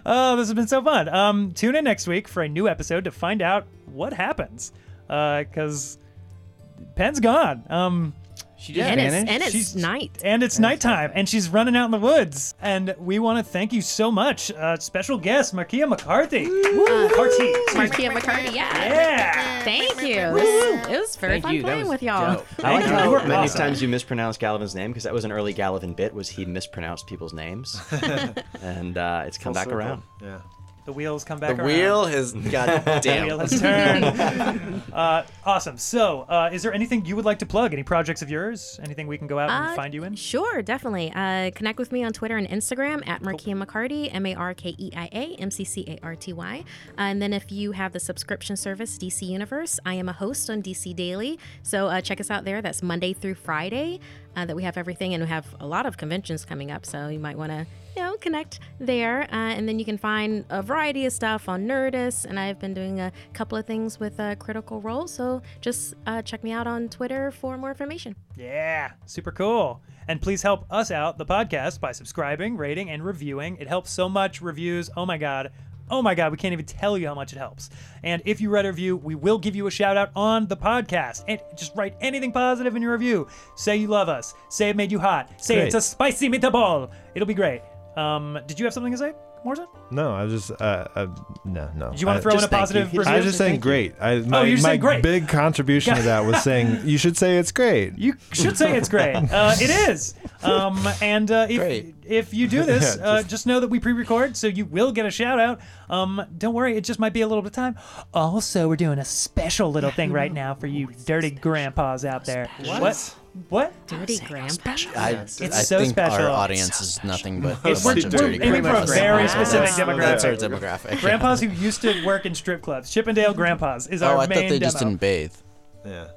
Speaker 1: oh, this has been so fun. Um, tune in next week for a new episode to find out what happens. Because Pen's gone. Um,
Speaker 8: she
Speaker 7: just And it's- vanished? and it's night.
Speaker 1: And it's nighttime, and she's running out in the woods. And we want to thank you so much. Uh, special guest, Markia McCarthy. McCarthy.
Speaker 7: Markia McCarthy, yeah.
Speaker 1: Yeah.
Speaker 7: Thank you. It
Speaker 1: Woo.
Speaker 7: was, it was very
Speaker 1: Thank
Speaker 7: fun
Speaker 1: you. That
Speaker 7: playing
Speaker 1: was
Speaker 7: with y'all.
Speaker 1: dope.
Speaker 3: I like
Speaker 1: Thank
Speaker 3: how
Speaker 1: you.
Speaker 3: many
Speaker 1: Awesome.
Speaker 3: times you mispronounced Gallivan's name because that was an early Gallivan bit was he mispronounced people's names, and uh, it's come
Speaker 1: Full
Speaker 3: back
Speaker 1: circle.
Speaker 3: around.
Speaker 6: Yeah.
Speaker 1: The wheels come back
Speaker 3: The
Speaker 1: around.
Speaker 3: wheel has- goddamn.
Speaker 1: The wheel has turned. uh, awesome. So, uh, is there anything you would like to plug? Any projects of yours? Anything we can go out and
Speaker 7: Uh,
Speaker 1: find you in?
Speaker 7: Sure, definitely. Uh, connect with me on Twitter and Instagram at Markia McCarty, M A R K E I A M C C A R T Y. Uh, And then if you have the subscription service DC Universe, I am a host on DC Daily. So uh, check us out there. That's Monday through Friday uh, that we have everything, and we have a lot of conventions coming up. So you might want to. You know, connect there, uh, and then you can find a variety of stuff on Nerdist. And I've been doing a couple of things with uh, Critical Role, so just uh, check me out on Twitter for more information.
Speaker 1: Yeah, super cool. And please help us out, the podcast, by subscribing, rating, and reviewing. It helps so much. Reviews, oh my God. Oh my God, we can't even tell you how much it helps. And if you write a review, we will give you a shout out on the podcast. And just write anything positive in your review. Say you love us. Say it made you hot. Say it's a
Speaker 6: Great.
Speaker 1: spicy meatball. It'll be great. Um, did you have something to say, Morrison?
Speaker 6: No, I was just uh, uh no no.
Speaker 1: Did you wanna
Speaker 6: I-
Speaker 1: throw in Just a thank positive you. review?
Speaker 6: I was just
Speaker 1: Just
Speaker 6: saying
Speaker 1: thank you.
Speaker 6: great. I,
Speaker 1: Oh,
Speaker 6: my,
Speaker 1: you're just
Speaker 6: my
Speaker 1: saying great.
Speaker 6: big contribution to that was saying you should say it's great.
Speaker 1: You should say it's great. Uh, it is. Um, and uh, if, if you do this,
Speaker 6: Yeah,
Speaker 1: uh,
Speaker 6: just-
Speaker 1: just know that we pre-record, so you will get a shout out. Um, don't worry, it just might be a little bit of time. Also, we're doing a special little thing right now for you dirty grandpas out there. What? What?
Speaker 7: Dirty grandpa.
Speaker 4: I,
Speaker 1: It's
Speaker 4: I
Speaker 1: so
Speaker 4: think our
Speaker 1: special.
Speaker 4: audience is nothing but
Speaker 1: It's-
Speaker 4: a bunch
Speaker 1: we're-
Speaker 4: of
Speaker 1: we're
Speaker 4: dirty
Speaker 1: aiming for a
Speaker 4: grandmas.
Speaker 1: very
Speaker 4: That's-
Speaker 1: specific
Speaker 4: That's our
Speaker 1: demographic.
Speaker 4: demographic.
Speaker 1: Grandpas who used to work in strip clubs. Chippendale grandpas is
Speaker 4: oh,
Speaker 1: our
Speaker 4: I
Speaker 1: main
Speaker 4: thought they just
Speaker 1: demo.
Speaker 4: didn't bathe.
Speaker 6: Yeah.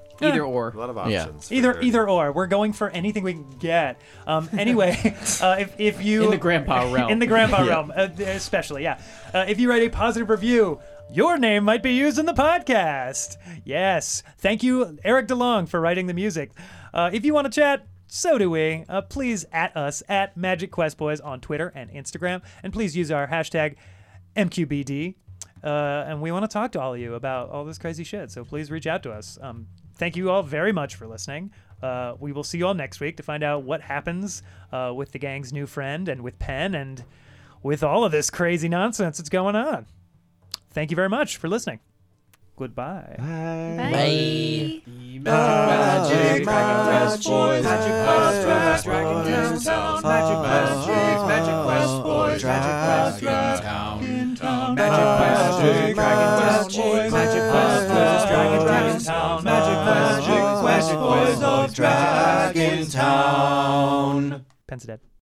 Speaker 8: Either or. A lot
Speaker 6: of
Speaker 4: Yeah.
Speaker 1: Either either or, we're going for anything we can get. Um, anyway, uh, if, if you
Speaker 8: In the grandpa realm.
Speaker 1: in the grandpa
Speaker 8: Yeah.
Speaker 1: realm, uh, especially yeah, uh, if you write a positive review, your name might be used in the podcast. Yes, thank you, Eric DeLong, for writing the music. Uh, if you want to chat. So do we. Uh, please at us at Magic Quest Boys on Twitter and Instagram, and please use our hashtag MQBD. Uh, and we want to talk to all of you about all this crazy shit. So please reach out to us. Um, thank you all very much for listening. Uh, we will see you all next week to find out what happens uh, with the gang's new friend and with Penn and with all of this crazy nonsense that's going on. Thank you very much for listening. Goodbye.
Speaker 7: Bye.
Speaker 8: Magic, magic, quest boys, magic quest, quest, dragon town, magic quest, boys, magic quest, boys, magic quest, dragon town, magic quest, dragon quest, boys, magic quest, quest, dragon town, magic quest, magic quest, boys of dragon town.
Speaker 1: Penn's dead.